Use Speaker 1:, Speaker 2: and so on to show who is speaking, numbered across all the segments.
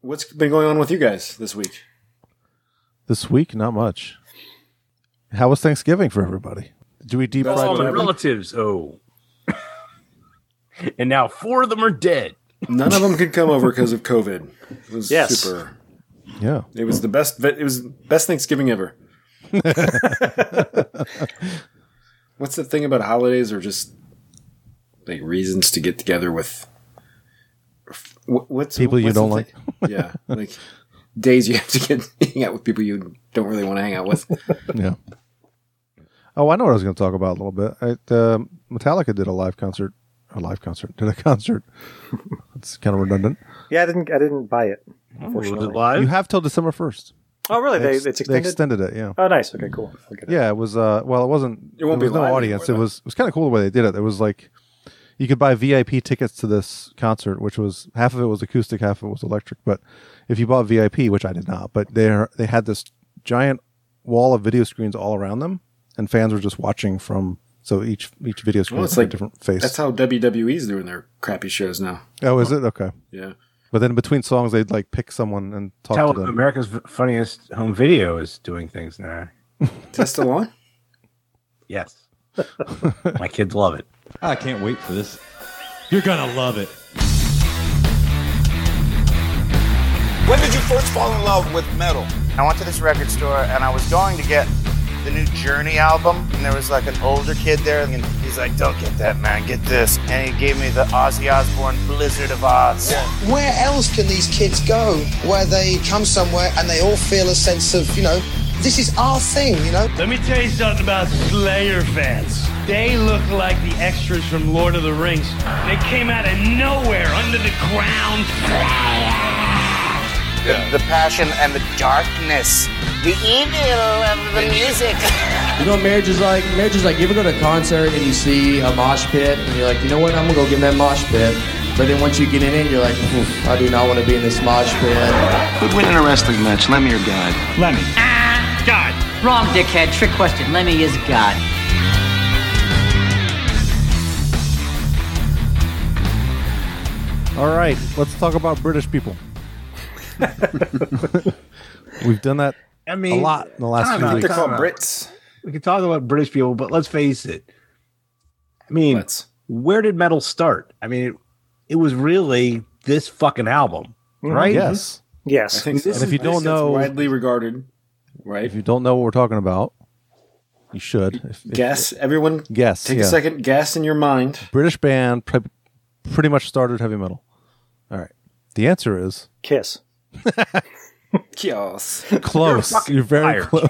Speaker 1: What's been going on with you guys this week?
Speaker 2: This week, not much. How was Thanksgiving for everybody? Do we deep
Speaker 1: That's
Speaker 2: fry
Speaker 1: all
Speaker 3: All my
Speaker 1: Right.
Speaker 3: relatives. Oh. and now four of them are dead.
Speaker 1: None of them could come over because of COVID. It was
Speaker 3: Yes.
Speaker 1: super.
Speaker 2: Yeah.
Speaker 1: It was the best. It was best Thanksgiving ever. What's the thing about holidays or just like reasons to get together with wh- what's
Speaker 2: People you
Speaker 1: what's the
Speaker 2: don't like.
Speaker 1: thing- yeah, like days you have to get hang out with people you don't really want to hang out with.
Speaker 2: Yeah. Oh, I know what I was going to talk about a little bit. I, uh, Metallica did a live concert. A live concert. Did a concert. It's kind of redundant.
Speaker 4: Yeah, I didn't. I didn't buy
Speaker 2: Oh,
Speaker 4: it.
Speaker 3: Was it
Speaker 4: Unfortunately.
Speaker 3: live?
Speaker 2: You have till December 1st.
Speaker 4: oh, really? They,
Speaker 2: Ex-
Speaker 4: it's extended.
Speaker 2: extended it, yeah.
Speaker 4: oh, nice. Okay, cool. I'll get it.
Speaker 2: Yeah, it was. Uh, well, it wasn't.
Speaker 1: It won't
Speaker 2: there
Speaker 1: be
Speaker 2: was
Speaker 1: live
Speaker 2: no audience. It
Speaker 1: anymore,
Speaker 2: was. It was kind of cool the way they did it. It was like you could buy VIP tickets to this concert, which was half of it was acoustic, half of it was electric. But if you bought VIP, which I did not, but they are they had this giant wall of video screens all around them, and fans were just watching from. So each each video screen
Speaker 1: Well,
Speaker 2: was
Speaker 1: it's
Speaker 2: like,
Speaker 1: like-
Speaker 2: a different face.
Speaker 1: That's how WWE's doing their crappy shows now.
Speaker 2: oh, is it okay?
Speaker 1: Yeah,
Speaker 2: But then between songs, they'd like pick someone and talk
Speaker 3: Tell
Speaker 2: to them.
Speaker 3: America's funniest home video is doing things now.
Speaker 1: that's still on.
Speaker 3: Yes. my kids love it.
Speaker 5: I can't wait for this. You're gonna love it.
Speaker 6: When did you first fall in love with metal?
Speaker 7: I went to this record store and I was going to get the new Journey album, and there was like an older kid there, and he's like, "Don't get that, man. Get this." And he gave me the Ozzy Osbourne Blizzard of Oz.
Speaker 8: Where else can these kids go where they come somewhere and they all feel a sense of, you know, this is our thing, you know?
Speaker 9: Let me tell you something about Slayer fans. They look like the extras from Lord of the Rings. They came out of nowhere, under the ground.
Speaker 7: The passion and the darkness, the evil of the music.
Speaker 10: You know what marriage is like? Marriage is like you ever go to a concert and you see a mosh pit and you're like, you know what, I'm gonna go get in that mosh pit. But then once you get in it, you're like, "Oof, I do not want to be in this mosh pit.
Speaker 6: Who'd win in a wrestling match, Lemmy or God?
Speaker 9: Lemmy. God.
Speaker 11: Wrong, dickhead. Trick question. Lemmy is God.
Speaker 2: All right, let's talk about British people. We've done that
Speaker 3: I
Speaker 2: a
Speaker 3: mean,
Speaker 2: lot in the last
Speaker 3: time
Speaker 2: few
Speaker 3: out,
Speaker 2: weeks.
Speaker 1: They're called
Speaker 3: out.
Speaker 1: Brits.
Speaker 3: We can talk about British people, but let's face it. I mean,
Speaker 1: Let's.
Speaker 3: where did metal start? I mean, it, it was really this fucking album, right?
Speaker 2: Mm-hmm, Yes.
Speaker 1: I
Speaker 4: Yes.
Speaker 1: think. so.
Speaker 2: And if you
Speaker 1: I
Speaker 2: don't
Speaker 1: think that's
Speaker 2: know-
Speaker 1: widely regarded, right?
Speaker 2: If you don't know what we're talking about, you should. If, if-
Speaker 1: Guess everyone.
Speaker 2: Guess,
Speaker 1: Take
Speaker 2: yeah.
Speaker 1: a second. Guess in your mind.
Speaker 2: British band pre- pretty much started heavy metal. All right. The answer is
Speaker 4: Kiss.
Speaker 1: Chaos.
Speaker 2: close. You're, very
Speaker 3: fired.
Speaker 2: close.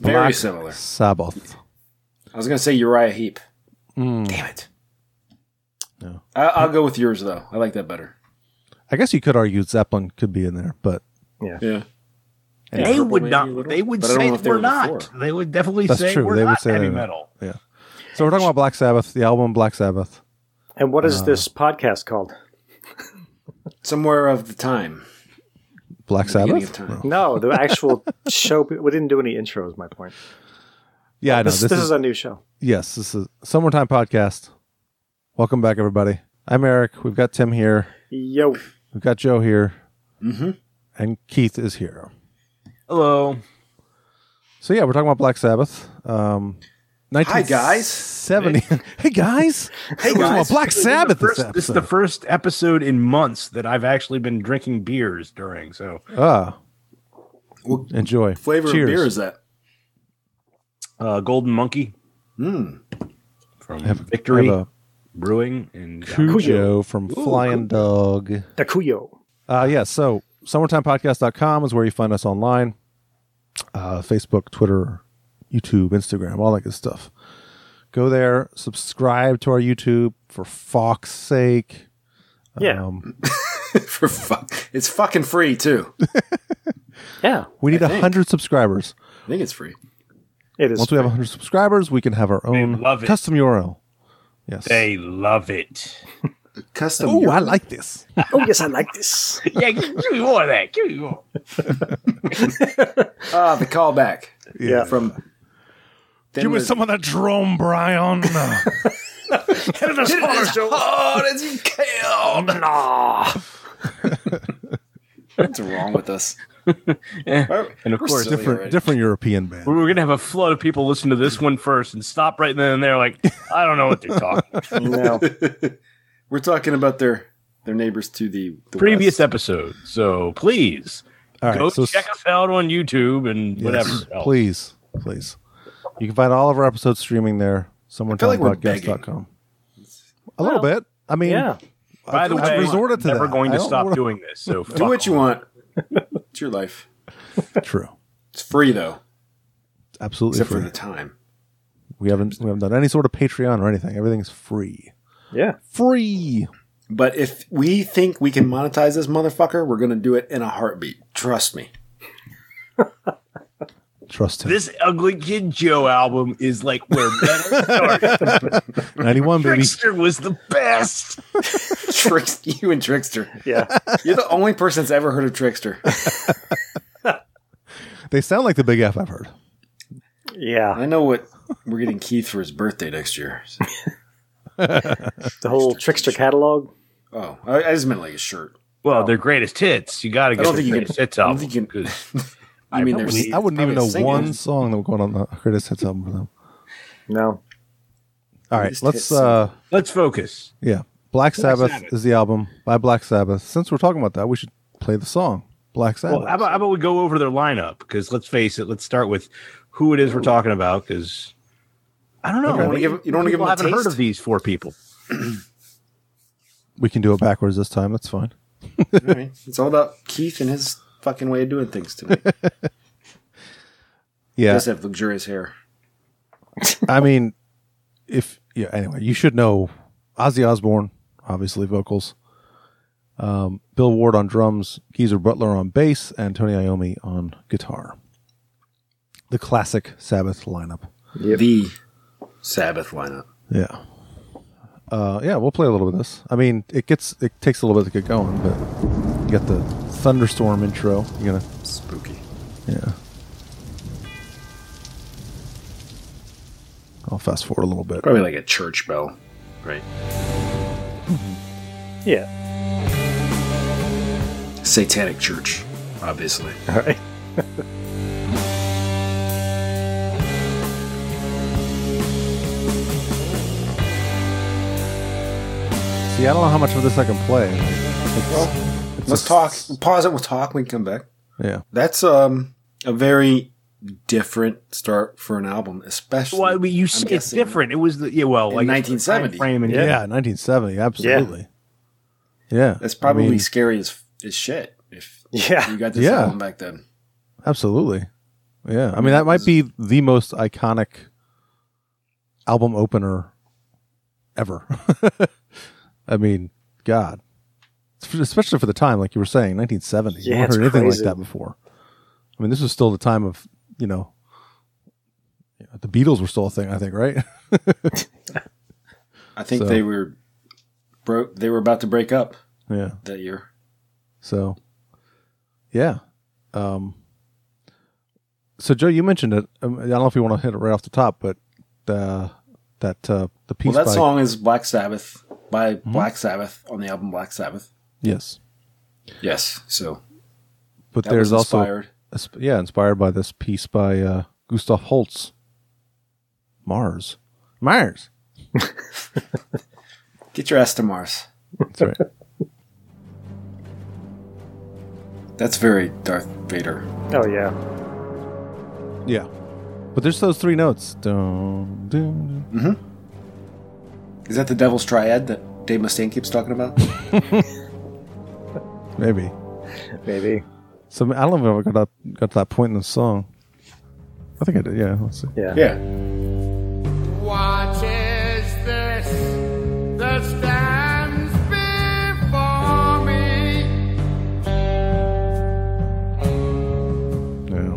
Speaker 1: Very
Speaker 2: Black
Speaker 1: similar.
Speaker 2: Sabbath.
Speaker 1: I was gonna say Uriah Heep. Damn it.
Speaker 2: Hmm. No.
Speaker 1: I, I'll go with yours though. I like that better.
Speaker 2: I guess you could argue Zeppelin could be in there, but
Speaker 1: Yeah.
Speaker 3: They would
Speaker 1: Maybe a
Speaker 3: not.
Speaker 1: little,
Speaker 3: They would
Speaker 1: but I don't
Speaker 3: say
Speaker 1: know
Speaker 3: that
Speaker 1: if they were
Speaker 3: we're not.
Speaker 1: before.
Speaker 3: They would definitely
Speaker 2: That's
Speaker 3: say
Speaker 2: true.
Speaker 3: we're
Speaker 2: They would
Speaker 3: not
Speaker 2: say
Speaker 3: heavy
Speaker 2: that.
Speaker 3: metal.
Speaker 2: so we're talking about Black Sabbath, the album Black Sabbath.
Speaker 4: And what
Speaker 2: Uh.
Speaker 4: is this podcast called?
Speaker 1: Somewhere of the time.
Speaker 2: Black
Speaker 1: Beginning
Speaker 2: Sabbath.
Speaker 1: of time.
Speaker 4: No, the actual show. We didn't do any intros. My point.
Speaker 2: Yeah, I know.
Speaker 4: This, this is a new show.
Speaker 2: Yes, this is Summertime Podcast. Welcome back, everybody. I'm Eric. We've got Tim here.
Speaker 4: Yo.
Speaker 2: We've got Joe here. Mm-hmm. And Keith is here.
Speaker 3: Hello.
Speaker 2: So, yeah, we're talking about Black Sabbath. Um,
Speaker 1: Hi, guys.
Speaker 2: 70. hey, guys. Hey, guys. Black Sabbath
Speaker 3: First,
Speaker 2: this
Speaker 3: this is the
Speaker 2: episode.
Speaker 3: first episode in months that I've actually been drinking beers during. So
Speaker 2: Ah,
Speaker 1: What
Speaker 2: enjoy.
Speaker 1: flavor
Speaker 2: Cheers.
Speaker 1: of beer is that?
Speaker 3: uh, Golden Monkey
Speaker 2: Hmm.
Speaker 1: Mm.
Speaker 3: from
Speaker 2: Have-
Speaker 3: Victory
Speaker 2: have a
Speaker 3: Brewing and
Speaker 2: Cujo from Flying Dog.
Speaker 4: The Kuyo.
Speaker 2: Uh, yeah, so summertimepodcast.com is where you find us online uh, Facebook, Twitter, YouTube, Instagram, all that good stuff. Go there, subscribe to our YouTube for fuck's sake.
Speaker 4: Yeah.
Speaker 2: Um,
Speaker 1: For fuck, it's fucking free too. I
Speaker 4: yeah.
Speaker 2: we need
Speaker 1: I
Speaker 2: a
Speaker 1: think.
Speaker 2: 100 subscribers.
Speaker 1: think it's free.
Speaker 4: It is.
Speaker 2: Once we have a 100 subscribers, we can have our own
Speaker 3: love it.
Speaker 2: custom URL. Yes.
Speaker 3: They love it.
Speaker 1: Custom.
Speaker 2: Oh,
Speaker 1: Uri-
Speaker 2: I like this.
Speaker 4: oh yes, I like this.
Speaker 3: yeah, give give me more of that. Give me more.
Speaker 1: ah, the callback
Speaker 4: Yeah.
Speaker 1: from. Then
Speaker 2: Give me
Speaker 1: the-
Speaker 2: some of that drone, Brian.
Speaker 7: Hit it as hard as you- hard as you can.
Speaker 4: Ah,
Speaker 7: Nah.
Speaker 1: What's wrong with us?
Speaker 3: and of
Speaker 1: We're
Speaker 3: course,
Speaker 1: silly
Speaker 2: different different European band.
Speaker 3: We're going to have a flood of people listen to this one first and stop right then and there, like, I don't know what they're talking
Speaker 1: No. We're talking about their their neighbors to the, the
Speaker 3: Previous episode. So please
Speaker 2: All right,
Speaker 3: go
Speaker 2: so-
Speaker 3: check us out on YouTube and
Speaker 2: Yes,
Speaker 3: whatever. else.
Speaker 2: Please, please. You can find all of our episodes streaming there. Someone
Speaker 3: feel like we're
Speaker 2: podcast.com. A little bit. I mean,
Speaker 3: Yeah. By the
Speaker 2: I've
Speaker 3: way,
Speaker 2: resorted to
Speaker 3: I'm never
Speaker 2: that.
Speaker 3: going
Speaker 2: I
Speaker 3: to
Speaker 2: don't
Speaker 3: stop
Speaker 2: wanna-
Speaker 3: doing this. So
Speaker 1: Do what you want. It's your life.
Speaker 2: True.
Speaker 1: It's free though,
Speaker 2: Absolutely
Speaker 1: except
Speaker 2: free.
Speaker 1: for the time.
Speaker 2: we haven't we haven't done any sort of Patreon or anything. Everything's free.
Speaker 1: Yeah.
Speaker 2: Free.
Speaker 1: But if we think we can monetize this motherfucker, we're going to do it in a heartbeat. Trust me.
Speaker 2: Trust him.
Speaker 3: This Ugly Kid Joe album is like where metal started.
Speaker 2: 91 baby.
Speaker 3: Trickster was the best.
Speaker 1: Trickster, you and Trickster. Yeah. You're the only person that's ever heard of Trickster.
Speaker 2: They sound like the big F I've heard.
Speaker 1: Yeah. I know what we're getting Keith for his birthday next year.
Speaker 4: The whole Trickster catalog.
Speaker 1: Oh, I, I just meant like a shirt.
Speaker 3: Well, their greatest hits. You got to
Speaker 1: I
Speaker 3: get
Speaker 1: don't
Speaker 3: their
Speaker 1: think you
Speaker 3: greatest
Speaker 1: can-
Speaker 3: hits
Speaker 1: I don't
Speaker 3: album.
Speaker 1: think you can-
Speaker 3: 'cause
Speaker 1: I mean,
Speaker 2: I
Speaker 1: there's
Speaker 2: wouldn't, I wouldn't even know
Speaker 1: probably a
Speaker 2: one
Speaker 1: single.
Speaker 2: song that was going on the greatest hits album for them.
Speaker 4: No.
Speaker 2: All right,
Speaker 4: Greatest
Speaker 2: let's
Speaker 4: hits
Speaker 2: uh
Speaker 4: album.
Speaker 3: let's focus.
Speaker 2: Yeah. Black Sabbath, is the album by Black Sabbath. Since we're talking about that, we should play the song Black Sabbath.
Speaker 3: Well, how about, how about we go over their lineup? Because let's face it, let's start with who it is we're talking about. Because I don't know.
Speaker 1: You don't wanna give- you don't wanna give
Speaker 3: People
Speaker 1: them a
Speaker 3: haven't heard
Speaker 1: taste?
Speaker 3: of these four people.
Speaker 2: we can do it backwards this time. That's fine.
Speaker 1: All right. It's all about Keith and his fucking way of doing things tonight.
Speaker 2: Yeah.
Speaker 1: Does have luxurious hair.
Speaker 2: I mean, if yeah. Anyway, you should know Ozzy Osbourne, obviously vocals. Um, Bill Ward on drums, Geezer Butler on bass, and Tony Iommi on guitar. The classic Sabbath lineup.
Speaker 1: The Sabbath lineup.
Speaker 2: Yeah. Uh, yeah, we'll play a little bit of this. I mean, it gets it takes a little bit to get going, but you got the thunderstorm intro. You're gonna
Speaker 1: spooky.
Speaker 2: Yeah. I'll fast forward a little bit.
Speaker 1: Probably like a church bell. Right.
Speaker 4: Yeah.
Speaker 1: Satanic church, obviously.
Speaker 4: All right.
Speaker 2: See, I don't know how much of this I can play. It's- it's
Speaker 1: Let's
Speaker 2: a-
Speaker 1: talk. Pause it. We'll talk. We can come back.
Speaker 2: Yeah.
Speaker 1: That's um a very different start for an album, especially.
Speaker 3: Well, I mean, you
Speaker 1: I'm
Speaker 3: say it's
Speaker 1: guessing,
Speaker 3: different. It was the yeah. Well,
Speaker 1: in
Speaker 3: like
Speaker 1: 1970.
Speaker 3: frame and
Speaker 2: Yeah, 1970, absolutely. Yeah.
Speaker 1: That's probably
Speaker 2: I mean,
Speaker 1: scary as, as shit. If
Speaker 4: yeah,
Speaker 1: you got this
Speaker 2: Yeah.
Speaker 1: album back then.
Speaker 2: absolutely. Yeah. I mean, that might be the most iconic album opener ever. I mean, God. Especially for the time, like you were saying, 1970.
Speaker 4: Yeah,
Speaker 2: you haven't
Speaker 4: it's
Speaker 2: heard anything like
Speaker 4: crazy.
Speaker 2: that before. I mean, this was still the time of, you know, you know, the Beatles were still a thing, I think, right?
Speaker 1: I think
Speaker 2: So-
Speaker 1: they were broke. They were about to break up
Speaker 2: yeah.
Speaker 1: that year.
Speaker 2: So, yeah. Um, so Joe, you mentioned it. Um, I don't know if you want to hit it right off the top, but uh, that uh, the piece
Speaker 1: Well, that
Speaker 2: by Hmm?
Speaker 1: song is Black Sabbath by Black Sabbath on the album Black Sabbath.
Speaker 2: yes,
Speaker 1: Yes. So,
Speaker 2: but
Speaker 1: That
Speaker 2: there's
Speaker 1: was
Speaker 2: also
Speaker 1: inspired.
Speaker 2: a sp- yeah inspired by this piece by uh, Gustav Holst, Mars, Mars.
Speaker 1: get your ass to Mars.
Speaker 2: That's right.
Speaker 1: That's very Darth Vader.
Speaker 4: Oh yeah.
Speaker 2: yeah, but there's those three notes. Dun, dun, dun.
Speaker 1: Is that the Devil's Triad that Dave Mustaine keeps talking about?
Speaker 2: Maybe.
Speaker 4: Maybe.
Speaker 2: So I don't know if I got up, got to that point in the song. I think I did. Yeah. Let's see.
Speaker 4: Yeah.
Speaker 1: yeah.
Speaker 12: What is this that stands before me?
Speaker 2: Yeah.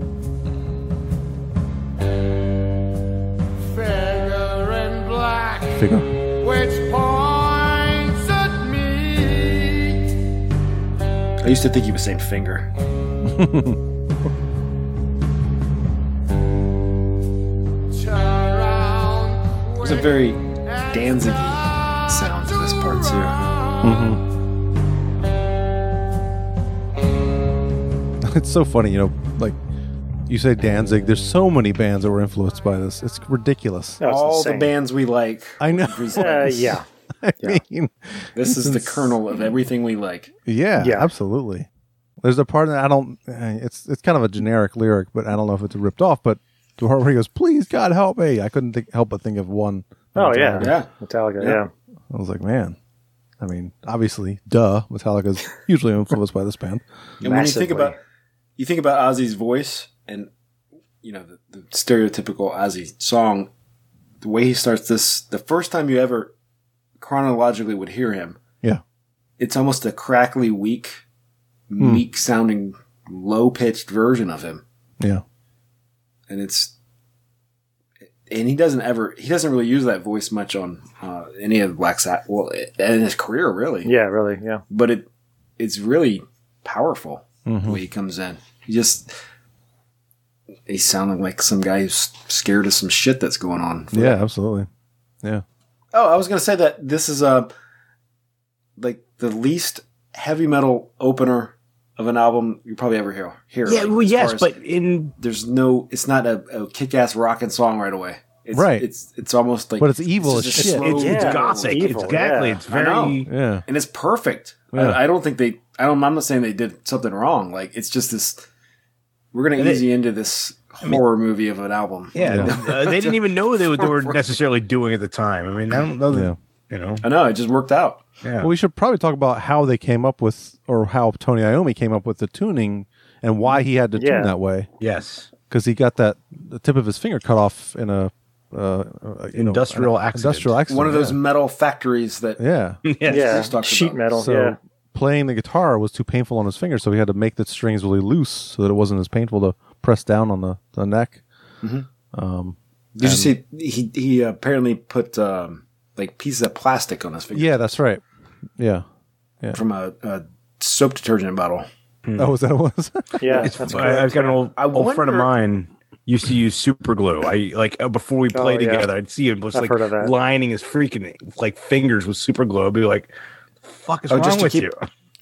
Speaker 12: Figure in black,
Speaker 2: Figure.
Speaker 12: which points at me.
Speaker 1: I used to think he was saying finger.
Speaker 12: Turn around
Speaker 1: It's a very Danzig sound to this part too.
Speaker 2: It's so funny, you know, like you say Danzig, there's so many bands that were influenced by this. It's
Speaker 4: Oh,
Speaker 2: ridiculous.
Speaker 1: All the bands we like.
Speaker 2: I know.
Speaker 1: Uh, yeah.
Speaker 2: I mean,
Speaker 1: This is the
Speaker 2: it's-
Speaker 1: kernel of everything we like.
Speaker 2: Yeah,
Speaker 1: Yeah.
Speaker 2: absolutely. There's a part that I don't. eh, It's it's kind of a generic lyric, but I don't know if it's ripped off. But the part where he goes, "Please God help me," I couldn't think, help but think of one.
Speaker 4: Oh, yeah.
Speaker 2: Metallica.
Speaker 4: Yeah. Metallica, Yeah. yeah.
Speaker 2: I was like, man. I mean, obviously, duh. Metallica's hugely influenced by this band.
Speaker 1: And when you think about you think about Ozzy's voice and you know the, the stereotypical Ozzy song, the way he starts this, the first time you ever chronologically would hear him,
Speaker 2: Yeah.
Speaker 1: it's almost a crackly, weak,
Speaker 2: Hmm.
Speaker 1: meek sounding, low pitched version of him,
Speaker 2: yeah,
Speaker 1: and it's and he doesn't ever he doesn't really use that voice much on uh, any of Black Sabbath. Well, in his career, really,
Speaker 4: Yeah, really. Yeah.
Speaker 1: but it it's really powerful
Speaker 4: Mhm.
Speaker 2: Mm-hmm.
Speaker 1: the way he comes in. He just he sounded like some guy who's scared of some shit that's going on.
Speaker 2: yeah, absolutely. Yeah,
Speaker 1: Oh, I was gonna say that this is uh like the least heavy metal opener of an album you probably ever hear. hear
Speaker 3: Yeah,
Speaker 1: like,
Speaker 3: well,
Speaker 1: as
Speaker 3: yes,
Speaker 1: far as-
Speaker 3: but in
Speaker 1: there's no, it's not a, a kick-ass rocking song right away. It's,
Speaker 2: Right.
Speaker 1: It's it's almost like,
Speaker 2: But it's evil
Speaker 1: just
Speaker 2: as
Speaker 1: a
Speaker 2: shit.
Speaker 1: slow-
Speaker 3: It's- it's Yeah, gothic. it's evil, Exactly. yeah. It's
Speaker 1: I know.
Speaker 3: very-
Speaker 2: Yeah.
Speaker 1: and it's perfect.
Speaker 2: Yeah.
Speaker 1: I, I don't think they. I don't. I'm not saying they did something wrong. Like it's just this. We're gonna
Speaker 3: And it-
Speaker 1: easy into this horror movie of an album.
Speaker 3: Yeah, uh, they didn't even know they, were- they were necessarily doing at the time. I mean, I don't know. that-
Speaker 2: Yeah.
Speaker 3: You know,
Speaker 1: I know it just worked out.
Speaker 3: Yeah.
Speaker 2: Well, we should probably talk about how they came up with, or how Tony Iommi came up with the tuning and why he had to
Speaker 3: Yeah.
Speaker 2: tune that way.
Speaker 3: Yes.
Speaker 2: because he got that the tip of his finger cut off in a uh, uh, you know,
Speaker 3: Industrial
Speaker 2: an
Speaker 3: accident.
Speaker 2: Industrial accident.
Speaker 1: One of those
Speaker 2: yeah.
Speaker 1: metal factories that.
Speaker 2: Yeah.
Speaker 4: Yeah.
Speaker 1: Chris talked
Speaker 4: Sheet
Speaker 1: about.
Speaker 4: metal.
Speaker 2: So
Speaker 4: yeah.
Speaker 2: playing the guitar was too painful on his finger, so he had to make the strings really loose so that it wasn't as painful to press down on the, the neck.
Speaker 1: Mhm.
Speaker 2: Um,
Speaker 1: Did you
Speaker 2: and-
Speaker 1: see? He he apparently put um, like pieces of plastic on his finger
Speaker 2: Yeah, that's right. Yeah.
Speaker 1: from a, a soap detergent bottle.
Speaker 2: Oh, was that what it was?
Speaker 4: Yeah,
Speaker 3: It's-
Speaker 4: that's
Speaker 3: I, I've got an old,
Speaker 1: I
Speaker 3: old friend of
Speaker 1: wonder-
Speaker 3: mine used to use super glue. I like uh, before we
Speaker 4: Oh,
Speaker 3: played
Speaker 4: yeah.
Speaker 3: together, I'd see him just
Speaker 4: I've
Speaker 3: like
Speaker 4: heard of that.
Speaker 3: lining his freaking like fingers with super glue. I'd be like, "Fuck is
Speaker 1: Oh,
Speaker 3: wrong
Speaker 1: just to
Speaker 3: with
Speaker 1: keep-
Speaker 3: you?"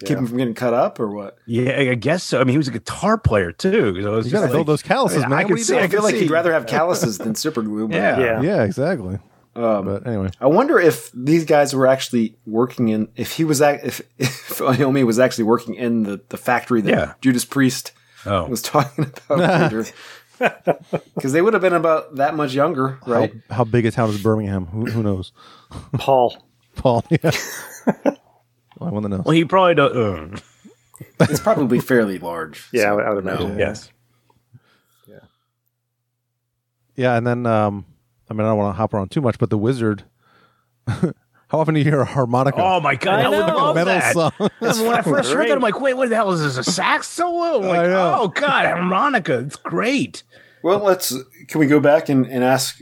Speaker 1: Keep him from getting cut up or what?
Speaker 3: Yeah, I guess so. I mean, he was a guitar player too. So
Speaker 2: You gotta build those calluses, man.
Speaker 3: I
Speaker 2: What
Speaker 3: could
Speaker 2: do you
Speaker 3: see.
Speaker 2: do?
Speaker 3: I
Speaker 1: I feel
Speaker 3: could
Speaker 1: like
Speaker 3: like
Speaker 1: he'd rather have calluses than super glue. but-
Speaker 3: Yeah.
Speaker 2: Yeah, exactly.
Speaker 1: Um,
Speaker 2: but anyway,
Speaker 1: I wonder if these guys were actually working in if he was ac- if if Iommi was actually working in the, the factory that
Speaker 3: Yeah.
Speaker 1: Judas Priest
Speaker 3: Oh.
Speaker 1: was talking about because they would have been about that much younger, right?
Speaker 2: how, how big a town is Birmingham? Who, who knows?
Speaker 4: Paul.
Speaker 2: Paul, yeah. I want to know.
Speaker 3: Well, he probably uh, does.
Speaker 1: It's probably fairly large.
Speaker 4: Yeah, I would- I would
Speaker 1: no.
Speaker 4: imagine.
Speaker 3: Yes.
Speaker 2: Yeah, and then um, I mean, I don't want to hop around too much, but the wizard. how often do you hear a harmonica?
Speaker 3: Oh my god! I,
Speaker 2: I
Speaker 3: would
Speaker 2: know.
Speaker 3: love
Speaker 2: Metal
Speaker 3: that.
Speaker 2: song.
Speaker 3: I remember when I first heard
Speaker 4: great.
Speaker 3: that, I'm like, "Wait, what the hell is this? A sax solo?" I'm like,
Speaker 2: know.
Speaker 3: "Oh god, harmonica! It's great."
Speaker 1: Well, let's can we go back and, and ask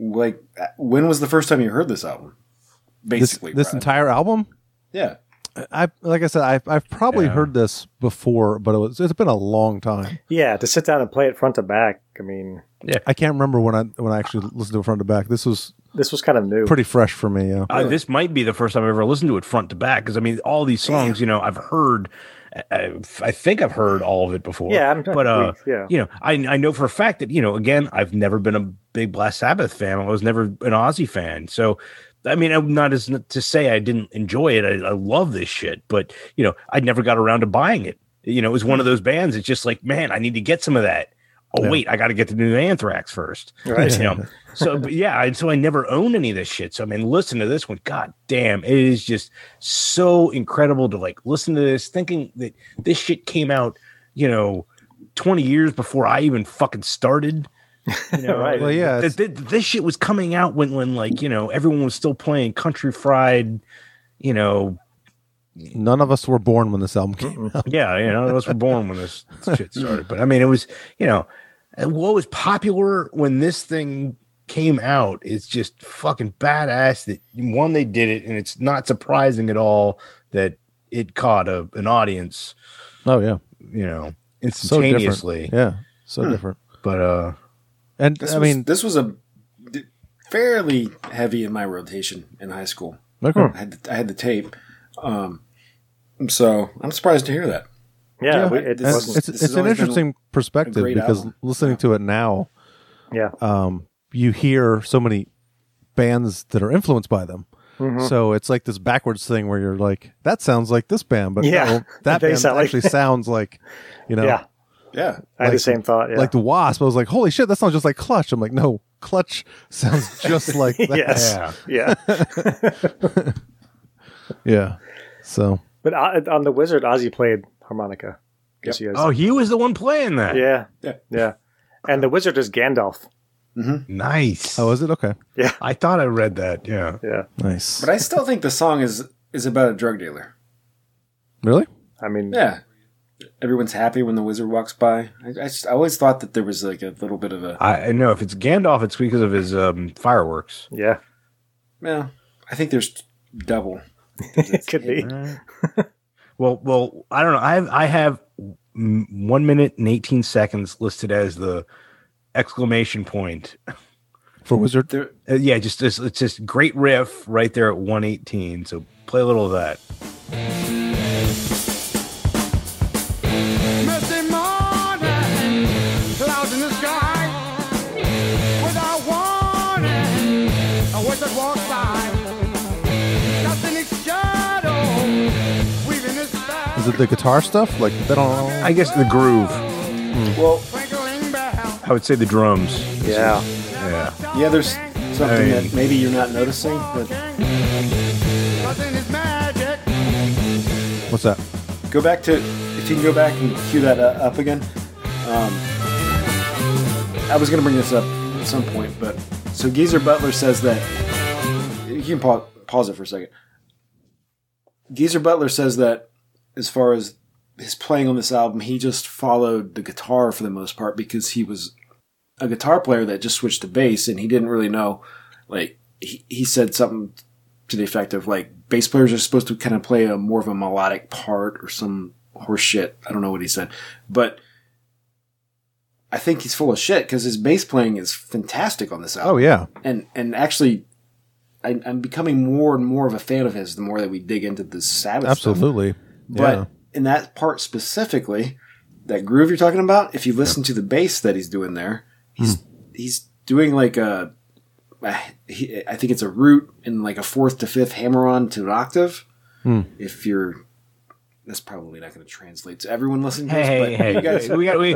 Speaker 1: like when was the first time you heard this album?
Speaker 2: this,
Speaker 1: Basically,
Speaker 2: this
Speaker 1: right?
Speaker 2: entire album.
Speaker 1: yeah.
Speaker 2: I like I said, I've, I've probably heard this before, but it was, it's been a long time.
Speaker 4: Yeah, to sit down and play it front to back. I mean,
Speaker 2: I can't remember when I when I actually listened to it front to back. This was
Speaker 4: this was kind of new.
Speaker 2: pretty fresh for me. Yeah.
Speaker 3: Uh, this might be the first time I've ever listened to it front to back because I mean, all these songs, you know, I've heard. I- I, I think I've heard all of it before.
Speaker 4: Yeah, I'm-
Speaker 3: but uh,
Speaker 4: yeah.
Speaker 3: you know, I I know for a fact that you know, again, I've never been a big Black Sabbath fan. I was never an Ozzy fan, so. I mean, I'm not as to say I didn't enjoy it. I, I love this shit, but you know, I never got around to buying it. You know, it was one of those bands. It's just like, man, I need to get some of that. Oh
Speaker 2: Yeah.
Speaker 3: wait, I got to get the new Anthrax first.
Speaker 2: Right.
Speaker 3: You know, so but yeah, I- so I never owned any of this shit. So I mean, listen to this one. God damn, it is just so incredible to like listen to this, thinking that this shit came out, you know, twenty years before I even fucking started. You know,
Speaker 4: Right.
Speaker 2: Well, yeah,
Speaker 3: That- that- that this shit was coming out when when like you know everyone was still playing country fried, you know,
Speaker 2: None of us were born when this album came out.
Speaker 3: yeah, you know, those were born when this shit started. But I mean, it was, you know, what was popular when this thing came out is just fucking badass. That one, they did it, and it's not surprising at all that it caught a, an audience,
Speaker 2: Oh yeah,
Speaker 3: you know,
Speaker 2: so different.
Speaker 3: instantaneously.
Speaker 2: Yeah, so different.
Speaker 3: But uh,
Speaker 2: And
Speaker 1: This
Speaker 2: I
Speaker 1: was-
Speaker 2: mean,
Speaker 1: this was a fairly heavy in my rotation in high school.
Speaker 2: Okay.
Speaker 1: I had the, I had the tape, um, so I'm surprised to hear that.
Speaker 4: Yeah, we-
Speaker 1: this
Speaker 2: it's,
Speaker 1: is-
Speaker 2: it's,
Speaker 1: this
Speaker 2: it's
Speaker 1: has
Speaker 2: an
Speaker 1: always been a-
Speaker 2: interesting perspective
Speaker 1: great
Speaker 2: because
Speaker 1: album.
Speaker 2: listening to it now,
Speaker 4: yeah,
Speaker 2: um, you hear so many bands that are influenced by them.
Speaker 4: Mhm.
Speaker 2: So it's like this backwards thing where you're like, that sounds like this band, but
Speaker 4: Yeah.
Speaker 2: no, that
Speaker 4: They
Speaker 2: band
Speaker 4: sound like-
Speaker 2: actually sounds like, you know,
Speaker 4: yeah,
Speaker 1: yeah.
Speaker 4: I had the same thought. Yeah.
Speaker 2: like the Wasp. I was like, holy shit, that sounds just like Clutch. I'm like, no, Clutch sounds just like that.
Speaker 4: yes, yeah.
Speaker 2: yeah. So
Speaker 4: but I, on the Wizard, Ozzy played harmonica. Yes, he is.
Speaker 3: Oh, he was the one playing that.
Speaker 4: yeah,
Speaker 1: Yeah.
Speaker 4: yeah. And the Wizard is Gandalf.
Speaker 3: Nice.
Speaker 2: Oh, is it okay?
Speaker 4: Yeah,
Speaker 3: I thought I read that. Yeah.
Speaker 4: yeah.
Speaker 2: Nice.
Speaker 1: But I still think the song is is about a drug dealer.
Speaker 2: Really?
Speaker 4: I mean,
Speaker 1: Yeah, everyone's happy when the wizard walks by. I, I, just, I always thought that there was like a little bit of a
Speaker 3: I, I know if it's Gandalf, it's because of his um, fireworks.
Speaker 4: yeah.
Speaker 1: Well, I think there's double.
Speaker 4: it could be.
Speaker 3: Well, well, I don't know. I have, I have mm, one minute and eighteen seconds listed as the exclamation point.
Speaker 2: For Wizard?
Speaker 1: There,
Speaker 3: Uh, yeah, just it's, it's just great riff right there at one eighteen. So play a little of that.
Speaker 12: Misty morning, clouds in the sky. Without warning, a wizard walks by. Just in his shadow, weaving his spell.
Speaker 2: Is it the guitar stuff? Like, that on.
Speaker 3: I guess the groove.
Speaker 1: Well,
Speaker 12: Twinkling bell.
Speaker 3: I would say the drums.
Speaker 4: Yeah.
Speaker 3: Yeah.
Speaker 1: yeah, there's something
Speaker 3: I mean-
Speaker 1: that maybe you're not noticing, but
Speaker 12: Nothing is magic.
Speaker 2: What's that?
Speaker 1: go back to if you can go back and cue that uh, up again. Um, I was gonna bring this up at some point, but so Geezer Butler says that you can pause, pause it for a second. Geezer Butler says that as far as his playing on this album, he just followed the guitar for the most part because he was a guitar player that just switched to bass and he didn't really know. Like he, he said something to the effect of like bass players are supposed to kind of play a more of a melodic part or some horse shit. I don't know what he said, but I think he's full of shit because his bass playing is fantastic on this album
Speaker 2: Oh, yeah.
Speaker 1: and and actually I, i'm becoming more and more of a fan of his the more that we dig into this sabbath stuff.
Speaker 2: Absolutely.
Speaker 1: but
Speaker 2: yeah.
Speaker 1: in that part specifically that groove you're talking about if you listen to the bass that he's doing there he's
Speaker 2: Hmm.
Speaker 1: he's doing like a he- I think it's a root and like a fourth to fifth hammer on to an octave.
Speaker 2: Hmm.
Speaker 1: If you're, that's probably not going to translate to everyone listening to this.
Speaker 3: Hey,
Speaker 1: but
Speaker 3: hey,
Speaker 1: you guys,
Speaker 3: hey, we got we.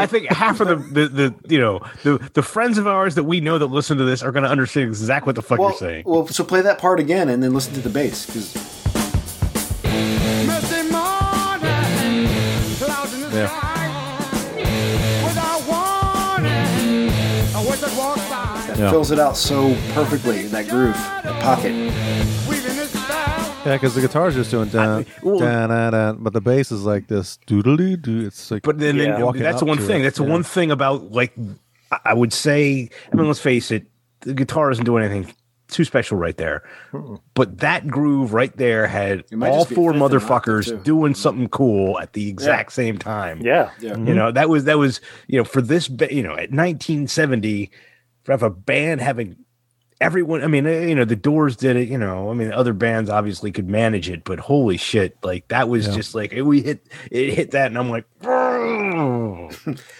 Speaker 3: I think half of the, the the you know the the friends of ours that we know that listen to this are going to understand exactly what the fuck
Speaker 1: well,
Speaker 3: you're saying.
Speaker 1: well, so play that part again and then listen to the bass because
Speaker 12: Misty morning, clouds in the
Speaker 2: Yeah.
Speaker 12: sky. Without warning, a wizard walks by.
Speaker 1: that
Speaker 2: Yeah.
Speaker 1: fills it out so perfectly in that groove, that pocket.
Speaker 12: Weaving his spell.
Speaker 2: Yeah, because the guitar's just doing da
Speaker 3: well-
Speaker 2: da da da, but the bass is like this doodly doo. It's like,
Speaker 3: But then, then
Speaker 2: Walking
Speaker 3: that's
Speaker 2: up
Speaker 3: one
Speaker 2: to
Speaker 3: thing.
Speaker 2: it,
Speaker 3: That's the
Speaker 2: yeah.
Speaker 3: one thing about like I- I would say. I mean, let's face it, the guitar isn't doing anything too special right there. But that groove right there had
Speaker 1: might
Speaker 3: all
Speaker 1: just be
Speaker 3: four
Speaker 1: fifth and octave, too.
Speaker 3: motherfuckers doing something cool at the exact same time.
Speaker 4: Yeah.
Speaker 1: Yeah.
Speaker 3: You know, that was that was you know for this ba- you know at 1970 for have a band having everyone. I mean, eh, you know, the Doors did it. You know, I mean, other bands obviously could manage it, but holy shit, like that was just like eh, we hit it hit that, and I'm like,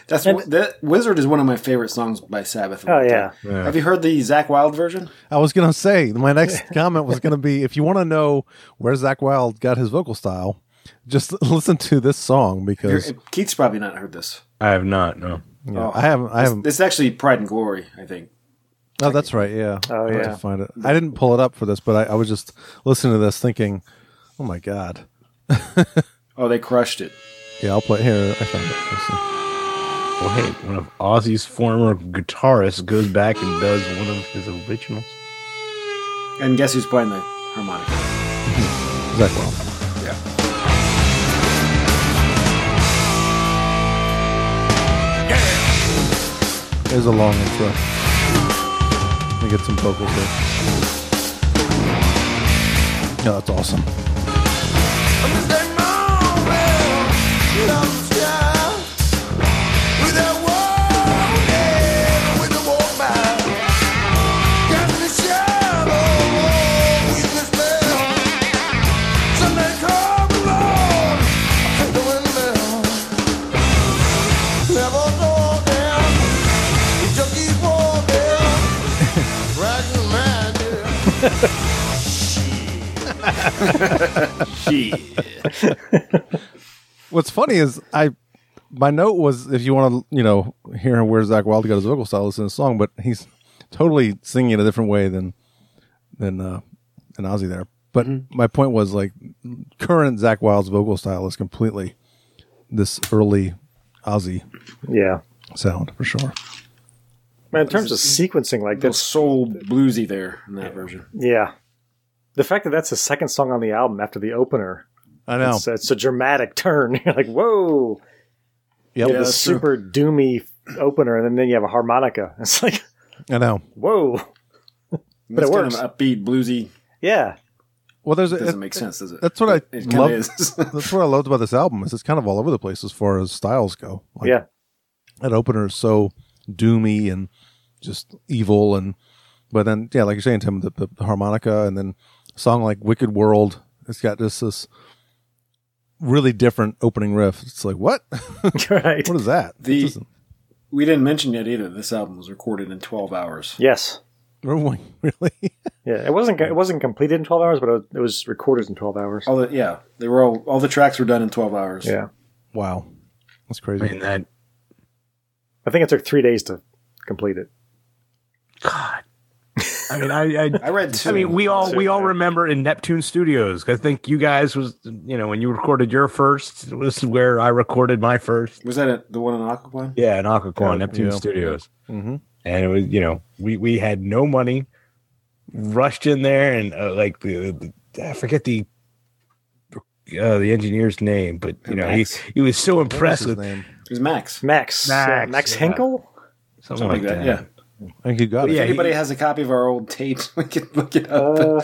Speaker 1: That's one- that Wizard is one of my favorite songs by Sabbath. of
Speaker 4: Oh,
Speaker 1: all time.
Speaker 4: yeah.
Speaker 3: Yeah.
Speaker 1: Have you heard the Zach Wild version?
Speaker 2: I was gonna say my next comment was gonna be if you want to know where Zach Wild got his vocal style, just listen to this song because
Speaker 1: You're- Uh, Keith's probably not heard this.
Speaker 3: I have not. No.
Speaker 2: you know, I haven't. I haven't.
Speaker 1: This is actually Pride and Glory, I think.
Speaker 2: Oh, that's right. Yeah.
Speaker 4: Oh,
Speaker 2: I have
Speaker 4: yeah.
Speaker 2: To find it, I didn't pull it up for this, but I, I was just listening to this thinking, oh my god.
Speaker 1: Oh, they crushed it.
Speaker 2: Yeah, I'll play here. I found it. Let's see.
Speaker 3: Well, hey, one of Ozzy's former guitarists goes back and does one of his originals.
Speaker 1: And guess who's playing the harmonica?
Speaker 2: Zach Wild. There's a long intro. Let me get some vocals there. No, that's awesome.
Speaker 12: With a warning, with a warning,
Speaker 2: What's funny is I my note was if you want to you know hear where Zach Wild got his vocal style listen to the song, but he's totally singing it a different way than than uh than Ozzy there. But
Speaker 4: Mm-hmm.
Speaker 2: my point was like current Zach Wild's vocal style is completely this early Ozzy
Speaker 4: Yeah.
Speaker 2: sound for sure.
Speaker 4: Man, in terms of sequencing, like that's
Speaker 1: soul bluesy there in that version.
Speaker 4: Yeah. The fact that that's the second song on the album after the opener.
Speaker 2: I know.
Speaker 4: It's, uh, it's a dramatic turn. You're like, whoa.
Speaker 2: Yep.
Speaker 4: You
Speaker 2: Yeah,
Speaker 4: have this
Speaker 2: that's true.
Speaker 4: super doomy opener, and then you have a harmonica. It's like,
Speaker 2: I know.
Speaker 4: whoa. but it
Speaker 1: That's
Speaker 4: works.
Speaker 1: Kind of an upbeat bluesy.
Speaker 4: Yeah.
Speaker 2: Well, there's
Speaker 1: doesn't make sense, does it?
Speaker 2: That's what I
Speaker 1: It kinda
Speaker 2: love.
Speaker 1: is.
Speaker 2: that's what I loved about this album is it's kind of all over the place as far as styles go. Like,
Speaker 4: Yeah.
Speaker 2: that opener is so doomy and just evil, and but then yeah, like you're saying, Tim, the, the, the harmonica, and then a song like "Wicked World," it's got just this really different opening riff. It's like what?
Speaker 4: right.
Speaker 2: What is that?
Speaker 1: The we didn't mention yet either. This album was recorded in twelve hours.
Speaker 4: Yes.
Speaker 2: Really?
Speaker 4: Yeah. It wasn't. It wasn't completed in twelve hours, but it was, it was recorded in twelve hours.
Speaker 1: All the, yeah, they were all all the tracks were done in twelve hours.
Speaker 4: Yeah.
Speaker 2: Wow, that's crazy.
Speaker 3: Man, that
Speaker 4: I think it took three days to complete it.
Speaker 3: I mean, I, I,
Speaker 1: I read.
Speaker 3: I
Speaker 4: two.
Speaker 3: mean, we all
Speaker 4: Two,
Speaker 3: we all remember in Neptune Studios. I think you guys was you know when you recorded your first. This is where I recorded my first.
Speaker 1: Was that it, the one in Aquaplane?
Speaker 3: Yeah, in Occoquan,
Speaker 1: Yeah,
Speaker 3: Neptune
Speaker 1: yeah.
Speaker 3: Studios,
Speaker 2: Mm-hmm.
Speaker 3: and it was you know we we had no money, rushed in there and uh, like the, the I forget the. Uh, the engineer's name, but you know he,
Speaker 1: Max.
Speaker 3: he was so impressed with
Speaker 2: name?
Speaker 1: It was Max.
Speaker 4: Max.
Speaker 3: Max,
Speaker 4: yeah, Max
Speaker 3: yeah.
Speaker 4: Henkel.
Speaker 3: something, like that.
Speaker 1: Yeah.
Speaker 2: I think you got
Speaker 1: If
Speaker 2: it.
Speaker 1: anybody has a copy of our old tapes, we can look it up.
Speaker 4: Uh,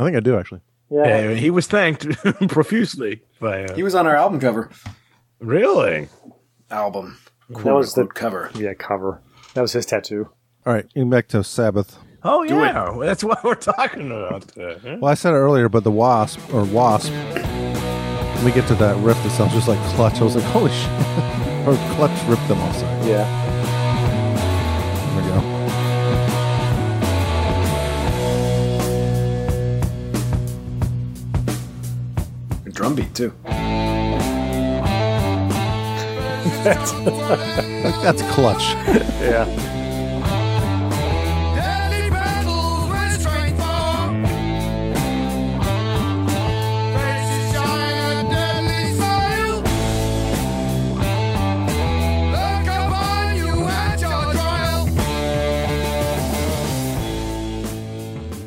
Speaker 2: I think I do actually.
Speaker 3: Yeah, he was thanked profusely by. Uh,
Speaker 1: he was on our album cover.
Speaker 3: really.
Speaker 1: Album.
Speaker 4: that was the
Speaker 1: cover.
Speaker 4: Yeah, cover. That was his tattoo.
Speaker 2: All right, getting back to Sabbath.
Speaker 3: Oh yeah, Well, that's what we're talking about. uh, huh?
Speaker 2: Well, I said it earlier, but the Wasp or Wasp. Let me get to that riff that sounds just like Clutch. I was like, holy shit. or Clutch ripped them also.
Speaker 4: Yeah.
Speaker 2: There we go.
Speaker 1: A drum beat too.
Speaker 2: Like, that's Clutch.
Speaker 4: yeah.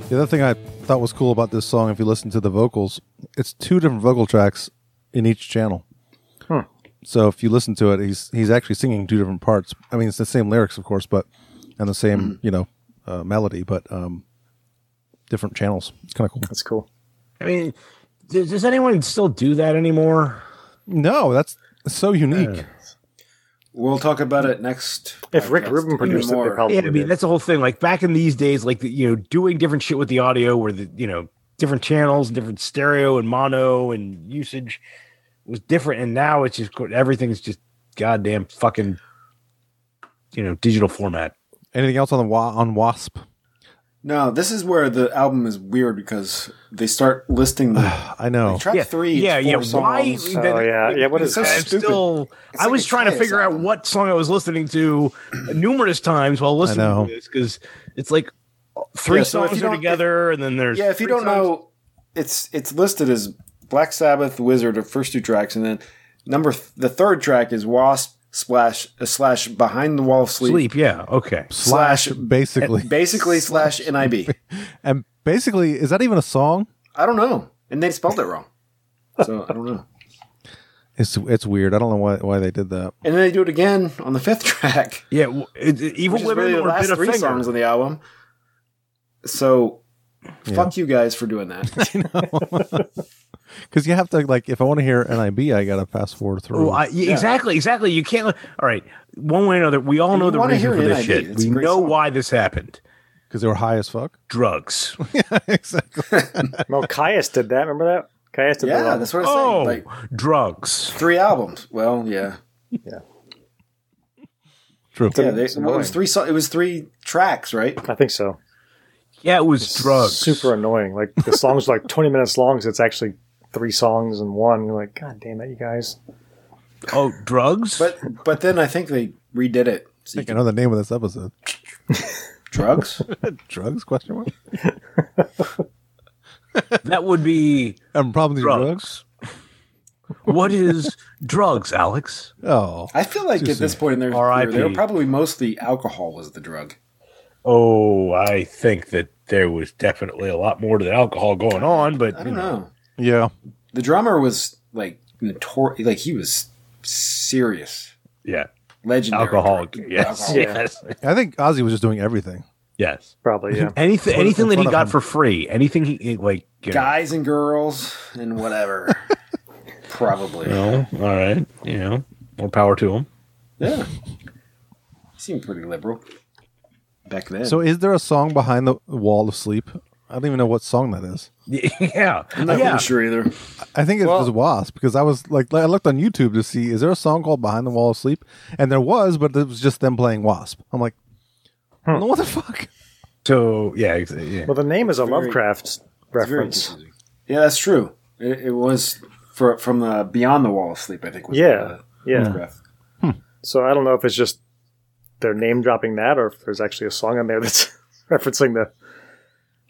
Speaker 2: The other thing I thought was cool about this song, if you listen to the vocals, it's two different vocal tracks in each channel.
Speaker 4: Hmm.
Speaker 2: So if you listen to it, he's he's actually singing two different parts. I mean, it's the same lyrics, of course, but and the same you know uh, melody, but um, different channels. It's kind of cool.
Speaker 4: That's cool.
Speaker 3: I mean, does, does anyone still do that anymore?
Speaker 2: No, that's so unique.
Speaker 1: We'll talk about it next.
Speaker 4: If Rick
Speaker 1: podcast.
Speaker 4: Rubin produced it,
Speaker 1: Even
Speaker 4: they
Speaker 1: more.
Speaker 4: probably
Speaker 3: Yeah, I mean
Speaker 4: did.
Speaker 3: that's the whole thing. Like back in these days, like the, you know, doing different shit with the audio, where the you know different channels, different stereo and mono and usage was different, and now it's just everything's just goddamn fucking you know digital format.
Speaker 2: Anything else on the wa- on Wasp?
Speaker 1: No, this is where the album is weird because they start listing the
Speaker 2: I know.
Speaker 1: like, track three. is
Speaker 3: yeah,
Speaker 1: four
Speaker 3: yeah. Why?
Speaker 1: songs.
Speaker 4: Oh, yeah. Yeah, what is
Speaker 1: so
Speaker 4: that?
Speaker 3: I'm
Speaker 1: stupid.
Speaker 3: still.
Speaker 1: It's
Speaker 3: I
Speaker 1: like
Speaker 3: was
Speaker 1: a
Speaker 3: trying to
Speaker 1: chaos
Speaker 3: figure out
Speaker 1: album.
Speaker 3: what song I was listening to numerous times while listening
Speaker 2: know.
Speaker 3: to this because it's like three
Speaker 1: Yeah, so if
Speaker 3: songs
Speaker 1: you
Speaker 3: are
Speaker 1: don't-
Speaker 3: together and then there's
Speaker 1: Yeah, if you
Speaker 3: three
Speaker 1: don't
Speaker 3: songs-
Speaker 1: know, it's it's listed as Black Sabbath, Wizard are first two tracks, and then number th- the third track is Wasp slash uh, slash Behind the Wall of Sleep,
Speaker 3: sleep. Yeah. Okay.
Speaker 2: Slash, basically.
Speaker 1: basically slash NIB.
Speaker 2: And basically, is that even a song?
Speaker 1: I don't know, and they spelled it wrong, so I don't know.
Speaker 2: It's it's weird. I don't know why why they did that.
Speaker 1: And then they do it again on the fifth track,
Speaker 3: Yeah. w- It, it,
Speaker 1: which
Speaker 3: evil
Speaker 1: is
Speaker 3: women
Speaker 1: really the
Speaker 3: or
Speaker 1: last
Speaker 3: bit of
Speaker 1: three
Speaker 3: finger.
Speaker 1: songs on the album. So, fuck you guys for doing that.
Speaker 2: Because you have to like, if I want to hear NIB, I gotta fast forward through.
Speaker 3: Oh, I, yeah, Exactly. Exactly. You can't. All right. One way or another, we all
Speaker 1: And
Speaker 3: know
Speaker 1: you
Speaker 3: the
Speaker 1: wanna
Speaker 3: reason
Speaker 1: hear
Speaker 3: for this
Speaker 1: NIB.
Speaker 3: shit.
Speaker 1: It's a
Speaker 3: We
Speaker 1: great
Speaker 3: know
Speaker 1: song.
Speaker 3: why this happened.
Speaker 2: Because they were high as fuck.
Speaker 3: Drugs.
Speaker 2: exactly.
Speaker 4: Well, Caius did that. Remember that? Caius did uh, that.
Speaker 1: yeah,
Speaker 4: album.
Speaker 1: that's what I'm
Speaker 3: oh,
Speaker 1: saying. Like
Speaker 3: drugs.
Speaker 1: three albums. Well, yeah.
Speaker 2: True.
Speaker 1: Yeah, they,
Speaker 4: It's
Speaker 1: well, it was
Speaker 4: annoying.
Speaker 1: three. So- it was three tracks, right?
Speaker 4: I think so.
Speaker 3: Yeah, it was drugs.
Speaker 4: Super annoying. Like the song's like 20 minutes long, so it's actually three songs in one. You're like, God damn it, you guys.
Speaker 3: Oh, drugs.
Speaker 1: But but then I think they redid it. So
Speaker 2: I think I know the name of this episode.
Speaker 1: drugs?
Speaker 2: drugs? Question mark.
Speaker 3: that would be
Speaker 2: I'm probably drugs.
Speaker 3: what is drugs, Alex?
Speaker 2: Oh,
Speaker 1: I feel like
Speaker 3: Too
Speaker 1: at this
Speaker 3: soon.
Speaker 1: point in their career,
Speaker 3: R.I.P..
Speaker 1: they were probably mostly alcohol was the drug.
Speaker 3: Oh, I think that there was definitely a lot more to the alcohol going on, but
Speaker 1: I
Speaker 3: you
Speaker 1: don't know.
Speaker 2: Yeah.
Speaker 1: The drummer was like notorious. Like he was serious,
Speaker 3: yeah,
Speaker 1: legendary
Speaker 3: alcoholic.
Speaker 1: drug-
Speaker 3: Yes,
Speaker 1: alcoholic.
Speaker 3: yes,
Speaker 2: I think Ozzy was just doing everything.
Speaker 3: yes.
Speaker 4: Probably, yeah.
Speaker 3: Anything,
Speaker 2: Put it
Speaker 3: anything
Speaker 2: in
Speaker 3: that he
Speaker 2: front of
Speaker 3: got
Speaker 2: him.
Speaker 3: for free, anything he like. You know,
Speaker 1: Guys and girls and whatever. probably.
Speaker 3: Well, all right, you know, more power to him.
Speaker 1: Yeah. He seemed pretty liberal back then.
Speaker 2: So, is there a song behind the wall of sleep? I don't even know what song that is.
Speaker 3: Yeah,
Speaker 1: I'm not
Speaker 3: yeah.
Speaker 1: really sure either.
Speaker 2: I think it was Wasp because I was like, I looked on YouTube to see is there a song called "Behind the Wall of Sleep," and there was, but it was just them playing Wasp. I'm like, "No, what the fuck?
Speaker 3: So yeah, ex- yeah.
Speaker 4: Well, the name is a
Speaker 1: Very-
Speaker 4: Lovecraft
Speaker 1: It's very
Speaker 4: reference.
Speaker 1: confusing. Yeah, that's true. It, it was for, from the Beyond the Wall of Sleep, I think. Was
Speaker 4: Yeah,
Speaker 1: the
Speaker 4: yeah.
Speaker 1: photograph.
Speaker 4: So I don't know if it's just they're name dropping that, or if there's actually a song in there that's referencing the.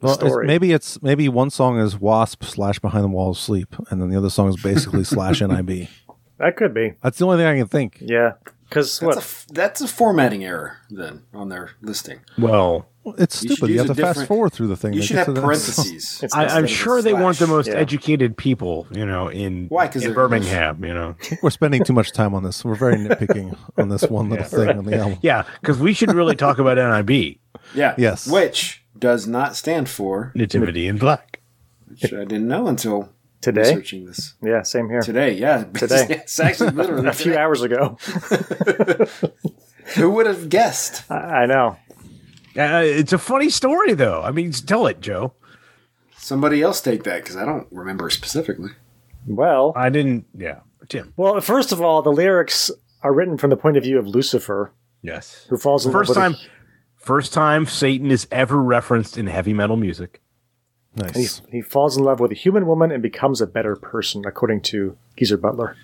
Speaker 2: Well, it's-
Speaker 4: story.
Speaker 2: maybe it's maybe one song is Wasp slash Behind the Wall of Sleep, and then the other song is basically slash NIB.
Speaker 4: That could be,
Speaker 2: That's the only thing I can think.
Speaker 4: yeah. Because
Speaker 1: That's
Speaker 4: what?
Speaker 1: a, f- that's a formatting error then on their listing.
Speaker 3: well,
Speaker 2: It's
Speaker 1: You should
Speaker 2: stupid. You,
Speaker 1: use
Speaker 2: have
Speaker 1: a
Speaker 2: to fast
Speaker 1: different-
Speaker 2: forward through the thing.
Speaker 1: You
Speaker 2: to
Speaker 1: should
Speaker 2: get
Speaker 1: have
Speaker 2: to the next song.
Speaker 1: parentheses.
Speaker 4: It's
Speaker 3: I,
Speaker 4: instead
Speaker 3: I'm
Speaker 4: of a
Speaker 3: sure they want the
Speaker 1: slash.
Speaker 3: most
Speaker 4: Yeah.
Speaker 3: educated people, you know, in
Speaker 1: Why? 'Cause
Speaker 3: in
Speaker 1: they're-
Speaker 3: Birmingham, you know.
Speaker 2: I think we're spending too much time on this. We're very nitpicking on this one little thing on the album.
Speaker 3: Yeah, because we should really talk about NIB
Speaker 1: Yeah.
Speaker 2: Yes.
Speaker 1: Which does not stand for,
Speaker 3: Nativity in Black.
Speaker 1: which I didn't know until
Speaker 4: Today?
Speaker 1: researching this.
Speaker 4: Yeah, same here.
Speaker 1: Today, yeah.
Speaker 4: Today.
Speaker 1: it's actually literally
Speaker 4: A few
Speaker 1: today.
Speaker 4: hours ago.
Speaker 1: Who would have guessed?
Speaker 4: I, I know.
Speaker 3: Uh, it's a funny story, though. I mean, tell it, Joe.
Speaker 1: Somebody else take that because I don't remember specifically.
Speaker 4: Well,
Speaker 3: I didn't. Yeah, Tim.
Speaker 4: well. First of all, the lyrics are written from the point of view of Lucifer,
Speaker 3: Yes.
Speaker 4: who falls in
Speaker 3: First
Speaker 4: love
Speaker 3: time.
Speaker 4: with
Speaker 3: First time Satan is ever referenced in heavy metal music.
Speaker 2: Nice.
Speaker 4: A, he falls in love with a human woman and becomes a better person, according to Geezer Butler.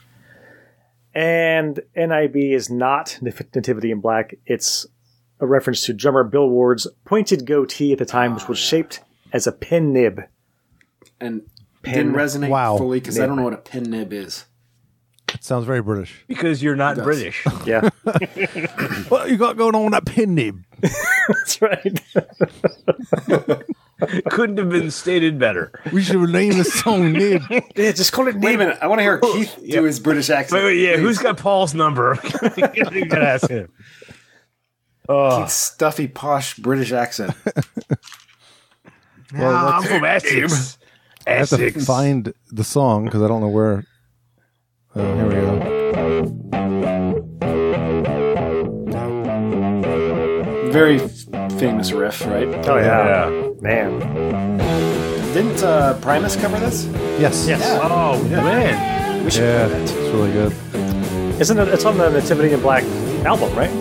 Speaker 4: And NIB is not Nat- Nativity in Black. It's a reference to drummer Bill Ward's pointed goatee at the time, which
Speaker 3: Oh,
Speaker 4: was shaped as a pen nib.
Speaker 1: And
Speaker 4: Pen-
Speaker 1: didn't resonate
Speaker 2: wow.
Speaker 1: fully because I
Speaker 4: Nib.
Speaker 1: don't know what a pin nib is.
Speaker 2: It sounds very British.
Speaker 3: Because you're not British.
Speaker 4: Yeah,
Speaker 2: What you got going on with that pin nib?
Speaker 4: that's right.
Speaker 3: Couldn't have been stated better.
Speaker 2: We should rename the song nib.
Speaker 4: yeah, just call it
Speaker 1: Wait a
Speaker 4: nib.
Speaker 1: minute. I want to hear
Speaker 4: Oh,
Speaker 1: Keith do his British accent.
Speaker 3: Wait, wait, yeah.
Speaker 1: please.
Speaker 3: Who's got Paul's number? you gotta ask him. Oh,
Speaker 1: stuffy, posh British accent?
Speaker 2: Well,
Speaker 3: I'm
Speaker 2: let's-
Speaker 3: from Essex.
Speaker 2: I have to
Speaker 3: Essex.
Speaker 2: find the song because I don't know where. Oh, here we go.
Speaker 1: Very famous riff, right?
Speaker 4: Oh yeah,
Speaker 3: Yeah.
Speaker 4: man.
Speaker 1: Didn't uh, Primus cover this?
Speaker 2: Yes.
Speaker 4: Yes.
Speaker 3: Oh man,
Speaker 1: We should
Speaker 2: Yeah,
Speaker 1: play
Speaker 2: it's
Speaker 1: that.
Speaker 2: really good.
Speaker 4: Isn't it? It's on the Nativity in Black album, right?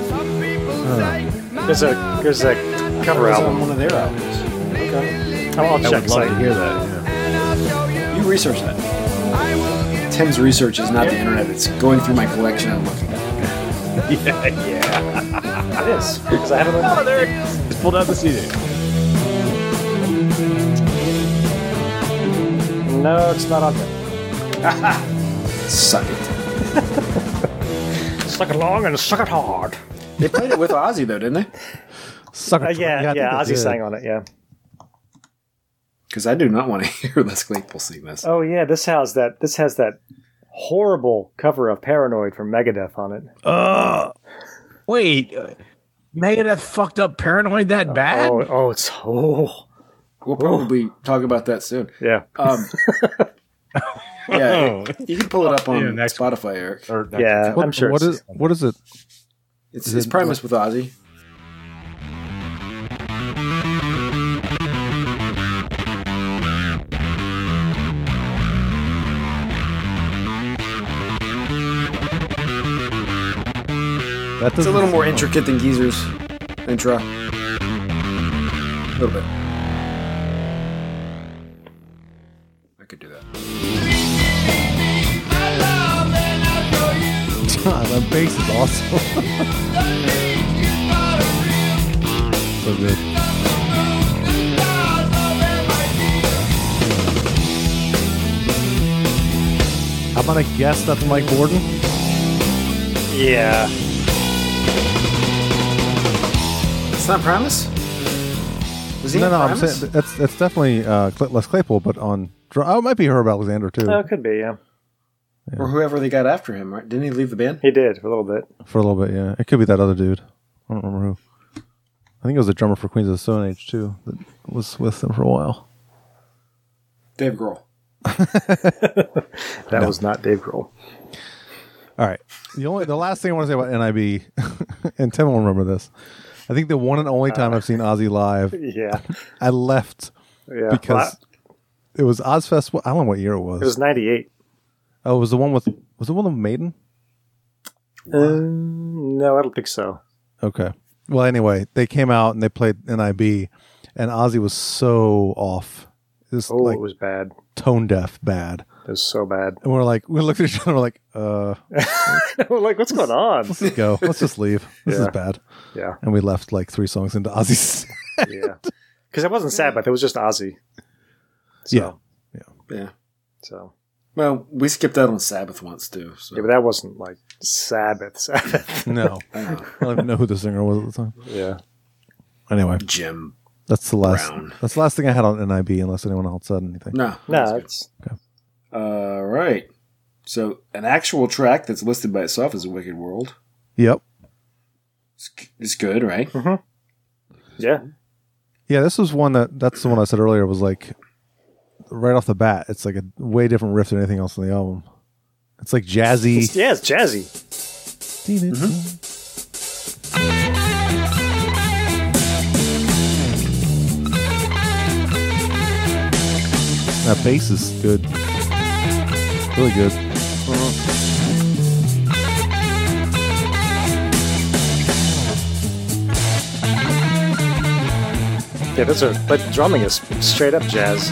Speaker 4: There's a there's a cover
Speaker 1: It's on
Speaker 4: album.
Speaker 1: one of their albums.
Speaker 4: I'll, I'll
Speaker 3: I
Speaker 4: check.
Speaker 3: would love to
Speaker 4: Like,
Speaker 3: hear that. yeah.
Speaker 1: You research that. Tim's research is not the internet. It's going through my collection and looking.
Speaker 4: it is because I haven't.
Speaker 3: Oh, there it is. Just pulled out the CD.
Speaker 4: No, it's not on there.
Speaker 1: Suck it.
Speaker 4: Suck it long and suck it hard.
Speaker 1: They played it with Ozzy though, didn't they?
Speaker 2: Sucker.
Speaker 4: Uh, yeah,
Speaker 2: I
Speaker 4: yeah,
Speaker 2: think they
Speaker 4: Ozzy
Speaker 2: did.
Speaker 4: sang on it, yeah.
Speaker 1: Because I do not want to hear Les Claypool sing this.
Speaker 4: Oh yeah, this has that this has that horrible cover of Paranoid from Megadeth on it.
Speaker 3: Uh, wait, uh, Megadeth fucked up Paranoid that bad?
Speaker 4: Oh, oh it's oh
Speaker 1: We'll probably talk about that soon.
Speaker 4: yeah.
Speaker 1: Um,
Speaker 4: Oh.
Speaker 1: yeah, you can pull it up on
Speaker 3: Yeah, next
Speaker 1: Spotify, Eric.
Speaker 3: Or not-
Speaker 4: Yeah,
Speaker 2: What-
Speaker 4: I'm sure.
Speaker 2: What
Speaker 4: it's-
Speaker 2: is? What is it?
Speaker 1: It's, it's Primus with Ozzy.
Speaker 2: That
Speaker 1: It's a little more intricate than Geezer's intro. A little bit. I could do that.
Speaker 2: god, that bass is awesome. so good. I'm gonna guess that's Mike Borden.
Speaker 4: Yeah.
Speaker 1: It's not Primus? Was he
Speaker 2: no,
Speaker 1: in
Speaker 2: no, I'm
Speaker 1: Primus?
Speaker 2: saying that's that's definitely uh, Cl- Les Claypool, but on dr- oh, it might be Herb Alexander too
Speaker 4: Oh, it could be, yeah.
Speaker 1: Or whoever they got after him, right? Didn't he leave the band?
Speaker 4: He did for a little bit.
Speaker 2: for a little bit. Yeah, it could be that other dude. I don't remember who. I think it was a drummer for Queens of the Stone Age too that was with them for a while.
Speaker 1: Dave Grohl.
Speaker 4: That
Speaker 2: No.
Speaker 4: was not Dave Grohl.
Speaker 2: All right. The only the last thing I want to say about NIB, and Tim will remember this. I think the one and only time I've seen Ozzy live,
Speaker 4: Yeah.
Speaker 2: I left
Speaker 4: Yeah.
Speaker 2: because it was Ozfest. I don't know what year it was.
Speaker 4: It was 98.
Speaker 2: oh, it was the one with was the one with Maiden.
Speaker 4: Um, no, I don't think so.
Speaker 2: Okay. Well, anyway, they came out and they played NIB, and Ozzy was so off. Just
Speaker 4: Oh,
Speaker 2: like
Speaker 4: it was bad.
Speaker 2: tone deaf, bad.
Speaker 4: It was so bad.
Speaker 2: And we're like, we looked at each other, we're like, uh,
Speaker 4: We're like, what's going on?
Speaker 2: let's just go. Let's just leave. This is
Speaker 4: Yeah.
Speaker 2: bad.
Speaker 4: Yeah.
Speaker 2: And we left like three songs into Ozzy's.
Speaker 4: yeah. Because it wasn't Sabbath. It was just Ozzy.
Speaker 2: yeah.
Speaker 1: Yeah.
Speaker 4: So
Speaker 1: Well, we skipped out on Sabbath once too. So.
Speaker 4: yeah, but that wasn't like Sabbath. Sabbath.
Speaker 2: No. I don't even know who the singer was at the time.
Speaker 4: yeah.
Speaker 2: Anyway,
Speaker 1: Jim.
Speaker 2: that's the last.
Speaker 1: Brown.
Speaker 2: That's the last thing I had on NIB, unless anyone else said anything.
Speaker 1: No.
Speaker 4: No, it's
Speaker 1: All right. So an actual track that's listed by itself is a Wicked World.
Speaker 2: Yep.
Speaker 1: It's, it's good, right?
Speaker 4: Mm-hmm. yeah.
Speaker 2: Yeah, this was one that that's the one I said earlier was like right off the bat. It's like a way different riff than anything else on the album. It's like jazzy.
Speaker 4: Yeah, it's jazzy.
Speaker 2: That bass is good. Really good.
Speaker 4: Yeah, those are but drumming is straight up jazz.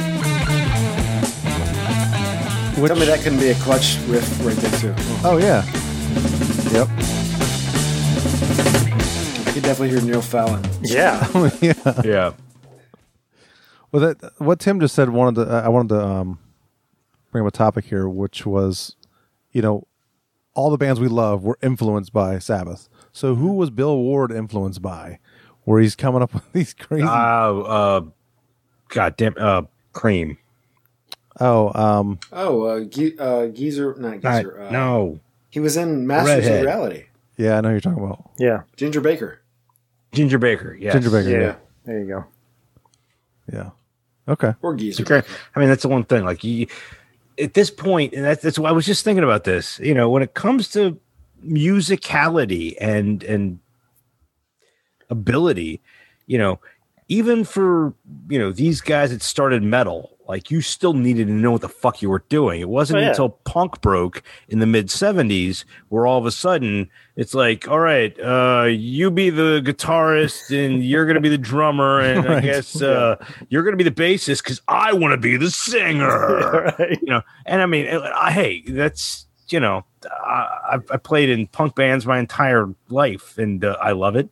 Speaker 1: Tell me that couldn't be a clutch riff right there too.
Speaker 2: Oh yeah. Yep.
Speaker 1: You could definitely hear Neil Fallon.
Speaker 4: Yeah.
Speaker 2: yeah.
Speaker 3: Yeah.
Speaker 2: Well, that what Tim just said wanted to. I I wanted to um, bring up a topic here, which was, you know, all the bands we love were influenced by Sabbath. So who was Bill Ward influenced by? Where he's coming up with these crazy.
Speaker 3: Uh, uh, God damn, uh, cream.
Speaker 2: oh, um,
Speaker 1: Oh, uh, Ge- uh, Geezer, not
Speaker 3: I-
Speaker 1: Geezer. uh,
Speaker 3: no.
Speaker 1: He was in Masters
Speaker 3: Redhead.
Speaker 1: of Reality.
Speaker 2: yeah, I know who you're talking about
Speaker 4: Yeah.
Speaker 1: Ginger Baker.
Speaker 3: Ginger Baker. Yes.
Speaker 2: Ginger Baker.
Speaker 4: Yeah.
Speaker 2: Yeah.
Speaker 4: There you go.
Speaker 2: yeah, Okay.
Speaker 1: Or Geezer.
Speaker 3: Okay. I mean, that's the one thing. Like you, at this point, and that's that's why I was just thinking about this. You know, when it comes to musicality and and ability, you know, even for you know these guys that started metal, like you still needed to know what the fuck you were doing. It wasn't
Speaker 4: Oh, yeah.
Speaker 3: until punk broke in the mid '70s where all of a sudden it's like, all right, uh, you be the guitarist and you're gonna be the drummer, and I
Speaker 2: Right.
Speaker 3: guess uh, you're gonna be the bassist because I want to be the singer.
Speaker 4: Right.
Speaker 3: You know, and I mean, I, hey, that's you know, I, I- I played in punk bands my entire life, and uh, I love it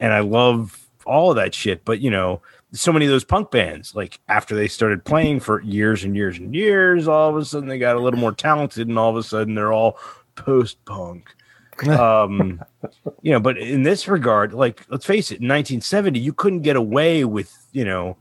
Speaker 3: and I love all of that shit. But you know, so many of those punk bands, like after they started playing for years and years and years, all of a sudden they got a little more talented, and all of a sudden they're all post punk. Um, you know, but in this regard, like let's face it, in 1970, you couldn't get away with you know.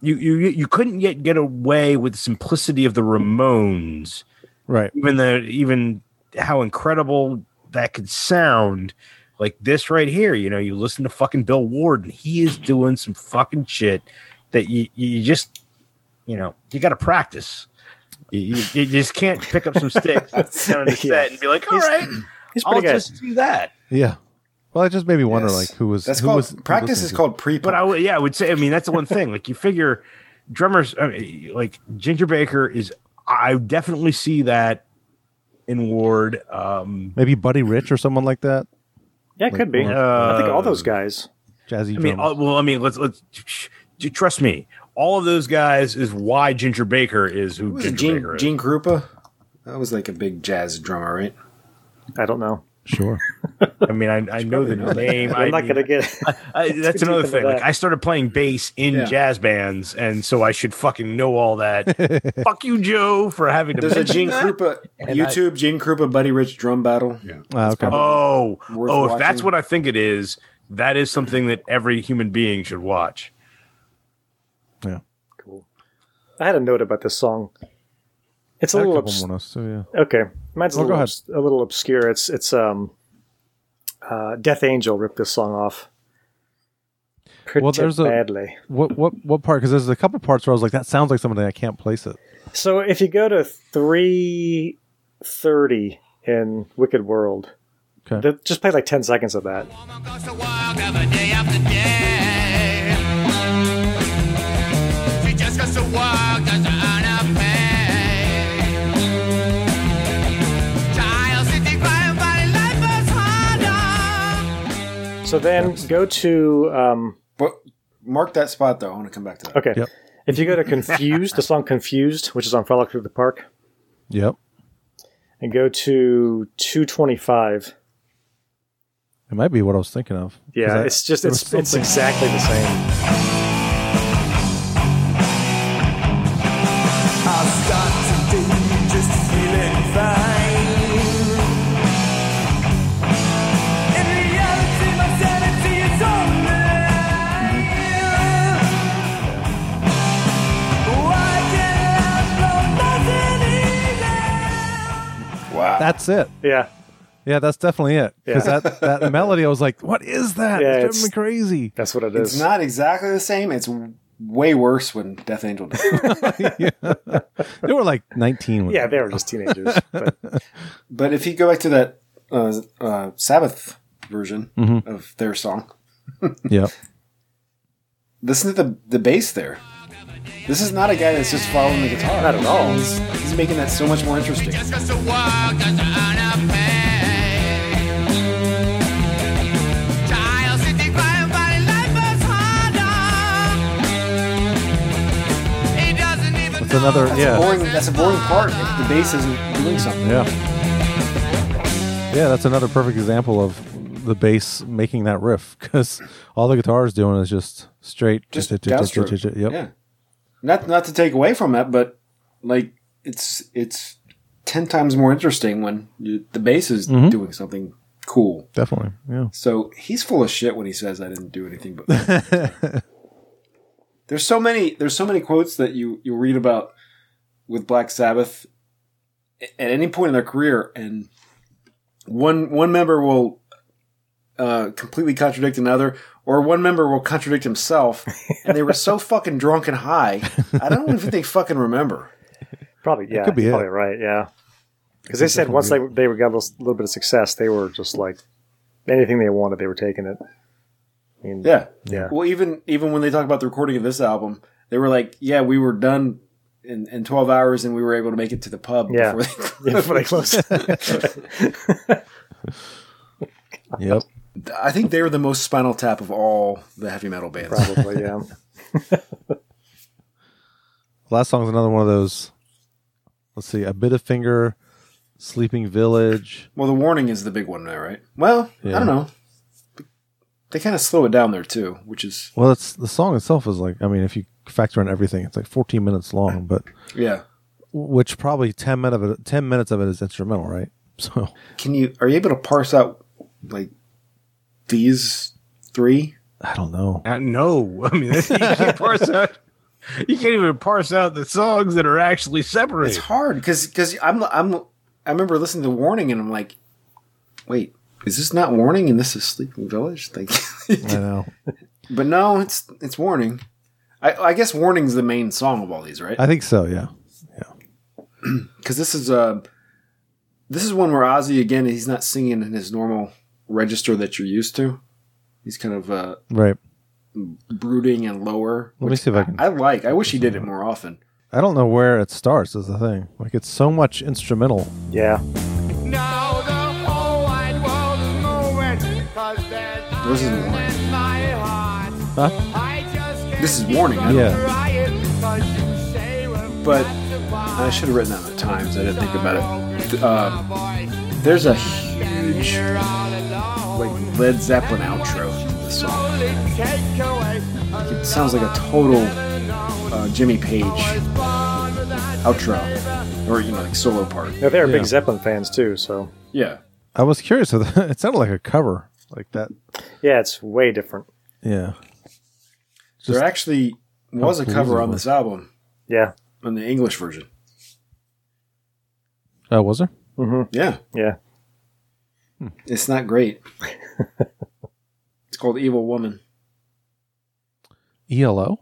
Speaker 3: You, you you couldn't yet get away with the simplicity of the Ramones
Speaker 2: Right.
Speaker 3: even the even how incredible that could sound like this right here you know you listen to fucking bill ward and he is doing some fucking shit that you you just you know you got to practice you, you, you just can't pick up some sticks and sit on the
Speaker 4: Yeah.
Speaker 3: set and be like all
Speaker 4: He's-
Speaker 3: right
Speaker 4: He's pretty
Speaker 3: i'll
Speaker 4: good.
Speaker 3: just do that
Speaker 2: Yeah. Well, it just made me wonder,
Speaker 1: Yes.
Speaker 2: like, who was
Speaker 1: That's
Speaker 2: who
Speaker 1: called
Speaker 2: was who
Speaker 1: practice
Speaker 2: listened
Speaker 1: is
Speaker 2: to-
Speaker 1: called pre.
Speaker 3: but i would yeah i would say i mean that's the one thing like you figure drummers I mean, like ginger baker is i definitely see that in ward um
Speaker 2: maybe Buddy Rich or someone like that.
Speaker 4: yeah, it could be. I think all those guys.
Speaker 2: Jazzy.
Speaker 3: I mean, uh,
Speaker 2: drummer.
Speaker 3: all, well, I mean, let's let's sh- sh- trust me. All of those guys is why Ginger Baker is who
Speaker 1: was it
Speaker 3: Ginger
Speaker 1: Gene,
Speaker 3: Baker is.
Speaker 1: Gene Krupa? That was like a big jazz drummer, right?
Speaker 4: I don't know.
Speaker 2: Sure.
Speaker 3: I mean, I, I know the name.
Speaker 4: I'm
Speaker 3: I
Speaker 4: not
Speaker 3: mean,
Speaker 4: gonna get.
Speaker 3: I, I, that's
Speaker 4: too
Speaker 3: another
Speaker 4: deep into
Speaker 3: thing. Like,
Speaker 4: that.
Speaker 3: I started playing bass in
Speaker 4: Yeah.
Speaker 3: jazz bands, and so I should fucking know all that. Fuck you, Joe, for having to.
Speaker 1: There's a
Speaker 3: mention
Speaker 1: Gene
Speaker 3: that.
Speaker 1: Krupa
Speaker 3: And I-
Speaker 1: YouTube Gene Krupa Buddy Rich drum battle. Yeah.
Speaker 2: Ah,
Speaker 3: Oh,
Speaker 1: worth
Speaker 3: oh, if that's
Speaker 1: watching.
Speaker 3: what I think it is, that is something that every human being should watch.
Speaker 4: I had a note about this song. It's a
Speaker 2: Had
Speaker 4: little
Speaker 2: couple
Speaker 4: obs-
Speaker 2: more notes, too, yeah.
Speaker 4: okay. Mine's a
Speaker 2: Oh, go
Speaker 4: little
Speaker 2: ahead.
Speaker 4: obs- a little obscure. It's it's um, uh, Death Angel ripped this song off. Pretty badly.
Speaker 2: a what what what part? Because there's a couple parts where I was like, that sounds like something I can't place it.
Speaker 4: So if you go to three thirty in Wicked World,
Speaker 2: Okay.
Speaker 4: th- just play like ten seconds of that.
Speaker 12: She just goes to work, doesn't earn a pay. Child sitting crying, but life was harder.
Speaker 4: So then go to um,
Speaker 1: But mark that spot though. I want to come back to that.
Speaker 4: okay. If you go to Confused, the song Confused, which is on Frolic Through the Park,
Speaker 2: Yep.
Speaker 4: and go to two twenty five.
Speaker 2: It might be what I was thinking of. 'Cause
Speaker 4: Yeah,
Speaker 2: I-
Speaker 4: it's just
Speaker 2: there was
Speaker 4: it's it's
Speaker 2: something-
Speaker 4: exactly the same.
Speaker 12: I'll start today just feeling fine. In reality, my sanity is on Why can't I blow nothing
Speaker 1: Wow.
Speaker 2: That's it.
Speaker 4: Yeah.
Speaker 2: Yeah, that's definitely it. Because
Speaker 4: Yeah.
Speaker 2: that, that melody, I was like, what is that?
Speaker 4: Yeah,
Speaker 2: it's
Speaker 4: it's-
Speaker 2: driving me crazy.
Speaker 4: That's what it
Speaker 1: It's
Speaker 4: is.
Speaker 1: not exactly the same. It's way worse when Death Angel did. it.
Speaker 2: They were like 19. when-
Speaker 4: yeah, they were just teenagers. but
Speaker 1: but if you go back to that uh, uh, Sabbath version
Speaker 3: Mm-hmm.
Speaker 2: Mhm.
Speaker 1: of their song,
Speaker 2: Yep.
Speaker 1: listen to the the bass there. This is not a guy that's just following the guitar.
Speaker 4: Not at all.
Speaker 1: He's, he's making that so much more interesting.
Speaker 12: Just goes to work, doesn't earn a pay. Child sitting crying, but life was harder. He doesn't even
Speaker 2: It's another,
Speaker 1: That's a
Speaker 2: yeah.
Speaker 1: boring. That's a boring part if the bass isn't doing something.
Speaker 2: Yeah. Yeah, that's another perfect example of the bass making that riff because all the guitar is doing is just straight.
Speaker 1: Just
Speaker 2: j- j- j- j-
Speaker 1: downstroke.
Speaker 2: j- j- Yep.
Speaker 1: Yeah. Not not to take away from that, but like it's it's ten times more interesting when you, the bass is
Speaker 2: Mhm.
Speaker 1: doing something cool.
Speaker 2: Definitely. Yeah.
Speaker 1: So he's full of shit when he says I didn't do anything. But there's so many there's so many quotes that you you read about with Black Sabbath a- at any point in their career, and one one member will uh, completely contradict another, or one member will contradict himself. And they were so fucking drunk and high, I don't even think they fucking remember.
Speaker 4: probably yeah,
Speaker 2: could be
Speaker 4: you're
Speaker 2: it.
Speaker 4: probably right. Yeah, because they said once they they were got a little, little bit of success, they were just like anything they wanted, they were taking it. I mean,
Speaker 1: Yeah.
Speaker 4: yeah.
Speaker 1: Well, even even when they talk about the recording of this album, they were like, "Yeah, we were done in, in twelve hours, and we were able to make it to the pub
Speaker 4: Yeah.
Speaker 1: before they."
Speaker 4: Yeah, before they closed.
Speaker 2: Yep.
Speaker 1: I think they were the most Spinal Tap of all the heavy metal bands.
Speaker 4: Probably, yeah.
Speaker 2: Last song's another one of those. Let's see. A bit of finger, sleeping village.
Speaker 1: Well, the warning is the big one there, right? Well,
Speaker 2: Yeah.
Speaker 1: I don't know. They kind of slow it down there too, which is
Speaker 2: Well, it's the song itself is like. I mean, if you factor in everything, it's like 14 minutes long, but
Speaker 1: yeah.
Speaker 2: which probably 10 minute of it, 10 minutes of it is instrumental, right? So
Speaker 1: Can you are you able to parse out like these three?
Speaker 2: I don't know.
Speaker 3: Uh, no, I mean you can't parse out. You can't even parse out the songs that are actually separate.
Speaker 1: It's hard because because I'm I'm I remember listening to Warning and I'm like, wait, is this not Warning and this is Sleeping Village? Like,
Speaker 2: I know.
Speaker 1: but no, it's it's Warning. I, I guess Warning's the main song of all these, right?
Speaker 2: I think so. Yeah.
Speaker 1: because this is uh this is one where Ozzy again he's not singing in his normal register that you're used to. He's kind of uh,
Speaker 2: Right.
Speaker 1: brooding and lower.
Speaker 2: Let me
Speaker 1: which
Speaker 2: see if I can.
Speaker 1: I like. I wish he did it more often.
Speaker 2: I don't know where it starts is the thing. Like it's so much instrumental.
Speaker 4: yeah.
Speaker 12: Now the whole wide world is moving, 'cause there's
Speaker 1: This is
Speaker 12: iron
Speaker 1: warning.
Speaker 12: in my heart.
Speaker 2: Huh?
Speaker 12: I just can't
Speaker 1: This is warning. I don't-
Speaker 2: Yeah.
Speaker 12: crying 'cause you say we're
Speaker 1: But
Speaker 12: not to buy
Speaker 1: Uh, I should have written that at times. I didn't think about it. Th- Uh, there's a huge like Led Zeppelin outro to the song. It sounds like a total uh, Jimmy Page outro, or you know, like solo part.
Speaker 4: Now, they're
Speaker 1: Yeah.
Speaker 4: big Zeppelin fans too, so
Speaker 1: Yeah.
Speaker 2: I was curious. If that, it sounded like a cover, like that.
Speaker 4: yeah, it's way different.
Speaker 2: Yeah.
Speaker 1: there actually was a cover on this album.
Speaker 4: Yeah.
Speaker 1: On the English version.
Speaker 2: Oh, was there?
Speaker 4: Mm-hmm.
Speaker 1: Yeah. Hmm.
Speaker 4: Yeah.
Speaker 1: It's not great. it's called Evil Woman.
Speaker 2: ELO.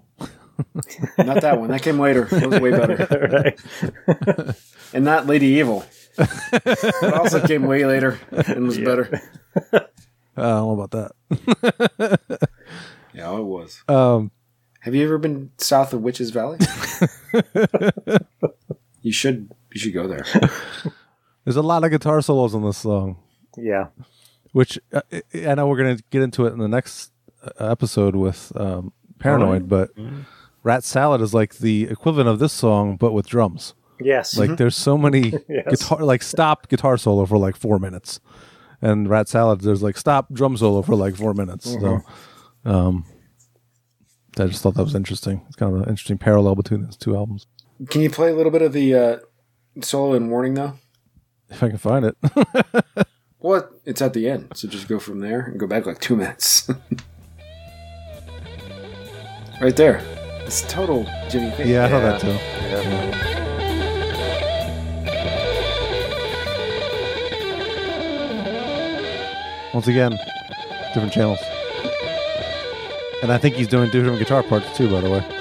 Speaker 1: Not that one. That came later. That was way better. and not Lady Evil. It also came way later and was better.
Speaker 2: Uh, I don't know about that.
Speaker 1: Yeah, it was.
Speaker 2: um,
Speaker 1: Have you ever been south of Witches Valley? you should. You should go there.
Speaker 2: there's a lot of guitar solos on this song.
Speaker 4: Yeah.
Speaker 2: which uh, I- I know we're going to get into it in the next uh, episode with um, Paranoid,
Speaker 4: Alright.
Speaker 2: but Rat Salad is like the equivalent of this song, but with drums.
Speaker 4: Yes.
Speaker 2: Like
Speaker 4: Mhm.
Speaker 2: there's so many
Speaker 4: Yes.
Speaker 2: guitar, like stop guitar solo for like four minutes, and Rat Salad there's like stop drum solo for like four minutes.
Speaker 4: Mhm.
Speaker 2: So, um, I just thought that was interesting. It's kind of an interesting parallel between those two albums.
Speaker 1: Can you play a little bit of the uh, solo in Warning though?
Speaker 2: If I can find it,
Speaker 1: Well, it's at the end, so just go from there and go back like two minutes. right there. It's total Jimmy Page.
Speaker 2: Yeah, I thought that too. once again, different channels. And I think he's doing different guitar parts too, by the way.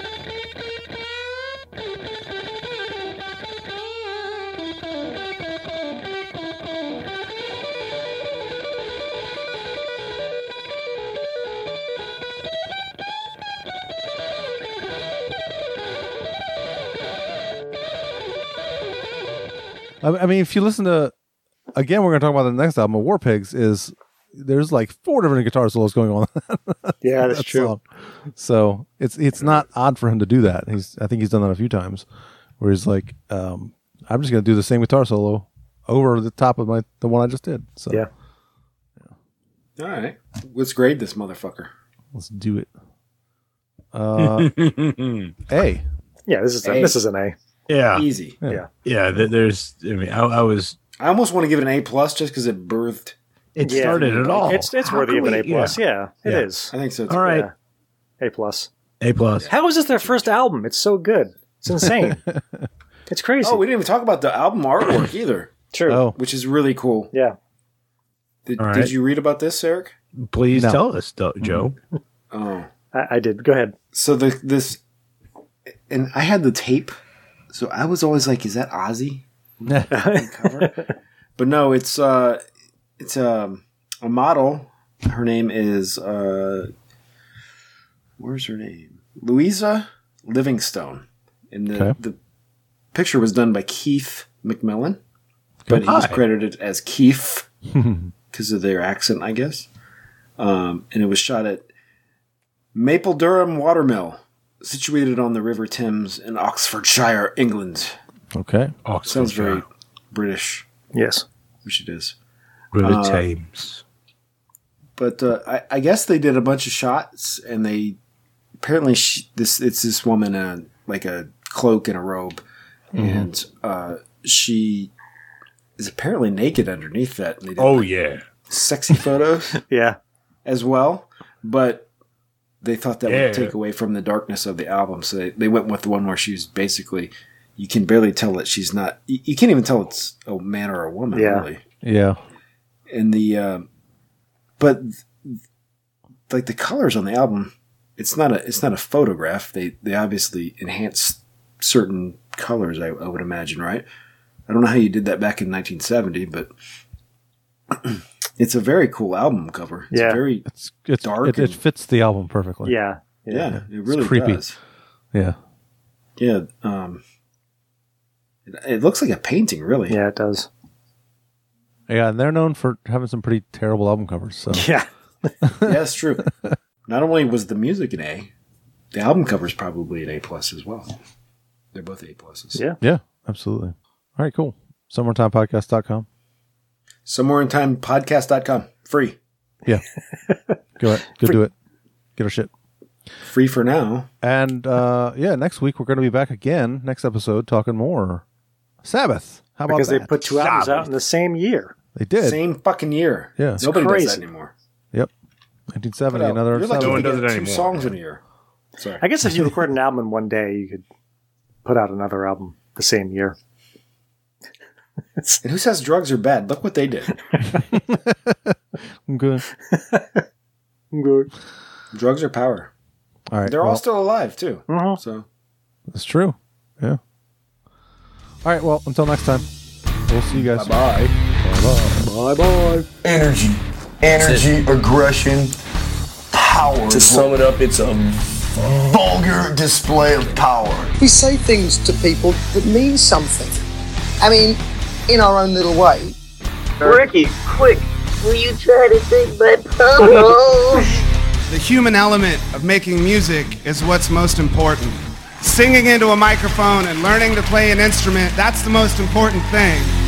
Speaker 2: I I mean, if you listen to, again, we're going to talk about the next album, War Pigs, is there's like four different guitar solos going on.
Speaker 4: Mm-hmm. Yeah, that's
Speaker 2: That
Speaker 4: true.
Speaker 2: song. So it's it's not odd for him to do that. He's I think he's done that a few times, where he's like, um, I'm just going to do the same guitar solo over the top of my the one I just did. So
Speaker 4: Yeah.
Speaker 1: All right. Let's grade this motherfucker.
Speaker 2: let's do it. Uh, a.
Speaker 4: Yeah, this is a,
Speaker 1: A.
Speaker 4: this is an A.
Speaker 3: Yeah.
Speaker 1: Easy.
Speaker 2: Yeah.
Speaker 3: Yeah. th- There's, I mean, I, I was,
Speaker 1: I almost want to give it an A plus just because it birthed.
Speaker 3: it
Speaker 4: Yeah.
Speaker 3: started at all.
Speaker 4: It's it's
Speaker 3: How
Speaker 4: worthy
Speaker 3: can
Speaker 4: of an
Speaker 3: we-
Speaker 4: A plus. Yeah, it is.
Speaker 3: Yeah.
Speaker 1: I think so. too.
Speaker 3: All right.
Speaker 4: A plus.
Speaker 3: A plus.
Speaker 4: How is this their first album? It's so good. It's insane. it's crazy.
Speaker 1: Oh, we didn't even talk about the album artwork either,
Speaker 4: True.
Speaker 2: Oh,
Speaker 1: which is really cool.
Speaker 4: Yeah.
Speaker 1: Did,
Speaker 3: All
Speaker 1: did
Speaker 3: right.
Speaker 1: you read about this, Eric?
Speaker 3: Please
Speaker 2: No.
Speaker 3: tell us, though, Joe.
Speaker 1: Oh.
Speaker 4: I, I did. Go ahead.
Speaker 1: So the this, and I had the tape, so I was always like, "Is that Ozzy?" on the cover? but no, it's uh, it's um, a model. Her name is uh, where's her name? Louisa Livingstone, and the
Speaker 2: Okay.
Speaker 1: the picture was done by Keith McMillan, but he's
Speaker 3: Hi.
Speaker 1: credited as Keith because of their accent, I guess. Um, and it was shot at Maple Durham Watermill, situated on the River Thames in Oxfordshire, England.
Speaker 2: Okay.
Speaker 3: Oh,
Speaker 1: Sounds very British,
Speaker 4: Yes.
Speaker 1: which it is.
Speaker 3: River
Speaker 1: uh,
Speaker 3: Thames.
Speaker 1: But uh, I, I guess they did a bunch of shots, and they apparently she, this it's this woman in a, like a cloak and a robe, and uh, she is apparently naked underneath that. And they did
Speaker 3: Oh, yeah.
Speaker 1: sexy photos
Speaker 4: Yeah.
Speaker 1: as well, but they thought that
Speaker 3: Yeah.
Speaker 1: would take away from the darkness of the album. So they, they went with the one where she's basically, you can barely tell that she's not, you, you can't even tell it's a man or a woman,
Speaker 4: Yeah.
Speaker 1: really.
Speaker 2: Yeah.
Speaker 1: And the, um but th- like the colors on the album, it's not a, it's not a photograph. They, they obviously enhanced certain colors, I, I would imagine, right? I don't know how you did that back in 1970, but it's a very cool album cover. It's
Speaker 4: Yeah.
Speaker 1: a very
Speaker 2: It's, it's
Speaker 1: Dark
Speaker 2: It, it
Speaker 1: and-
Speaker 2: fits the album perfectly.
Speaker 4: Yeah.
Speaker 1: yeah, it really
Speaker 2: creepy.
Speaker 1: does.
Speaker 2: Yeah.
Speaker 1: Yeah, um, it, it looks like a painting, really.
Speaker 4: Yeah. It does.
Speaker 2: Yeah, and they're known for having some pretty terrible album covers. So
Speaker 4: Yeah.
Speaker 1: Yeah, that's true. Not only was the music an A, the album cover's probably an A plus as well. They're both A pluses.
Speaker 4: Yeah.
Speaker 2: yeah, absolutely. All right, cool. Summertimepodcast.com.
Speaker 1: Somewhere in Time Podcast.com. Free.
Speaker 2: Yeah. go ahead. Go do it. Get our shit.
Speaker 1: Free for now.
Speaker 2: And uh, yeah, next week we're going to be back again. Next episode, talking more Sabbath. How about
Speaker 4: because
Speaker 2: that?
Speaker 4: they put two albums out in the same year.
Speaker 2: They did.
Speaker 1: Same fucking year.
Speaker 2: Yeah.
Speaker 4: It's
Speaker 1: Nobody
Speaker 4: crazy.
Speaker 1: does that anymore.
Speaker 2: Yep. 1970.
Speaker 1: Put out-
Speaker 2: Another.
Speaker 1: you're lucky
Speaker 2: Sabbath.
Speaker 1: to get two songs in a year. Sorry.
Speaker 4: I guess if you record an album in one day, you could put out another album the same year.
Speaker 1: And who says drugs are bad? Look what they did.
Speaker 2: I'm good.
Speaker 4: Good.
Speaker 1: Drugs are power.
Speaker 2: All right.
Speaker 1: They're all
Speaker 2: well,
Speaker 1: still alive too. So
Speaker 2: That's true. Yeah. All right. Well, until next time, we'll see you guys.
Speaker 1: Bye
Speaker 2: bye. Bye bye.
Speaker 7: Energy. Energy, aggression, power.
Speaker 13: To sum
Speaker 7: it up, it's um, a vulgar display of power.
Speaker 8: We say things to people that mean something. I mean, in our own little way.
Speaker 14: Ricky, quick, will you try to take my
Speaker 8: bubbles?
Speaker 3: The human element of making music is what's most important. Singing into a microphone and learning to play an instrument, that's the most important thing.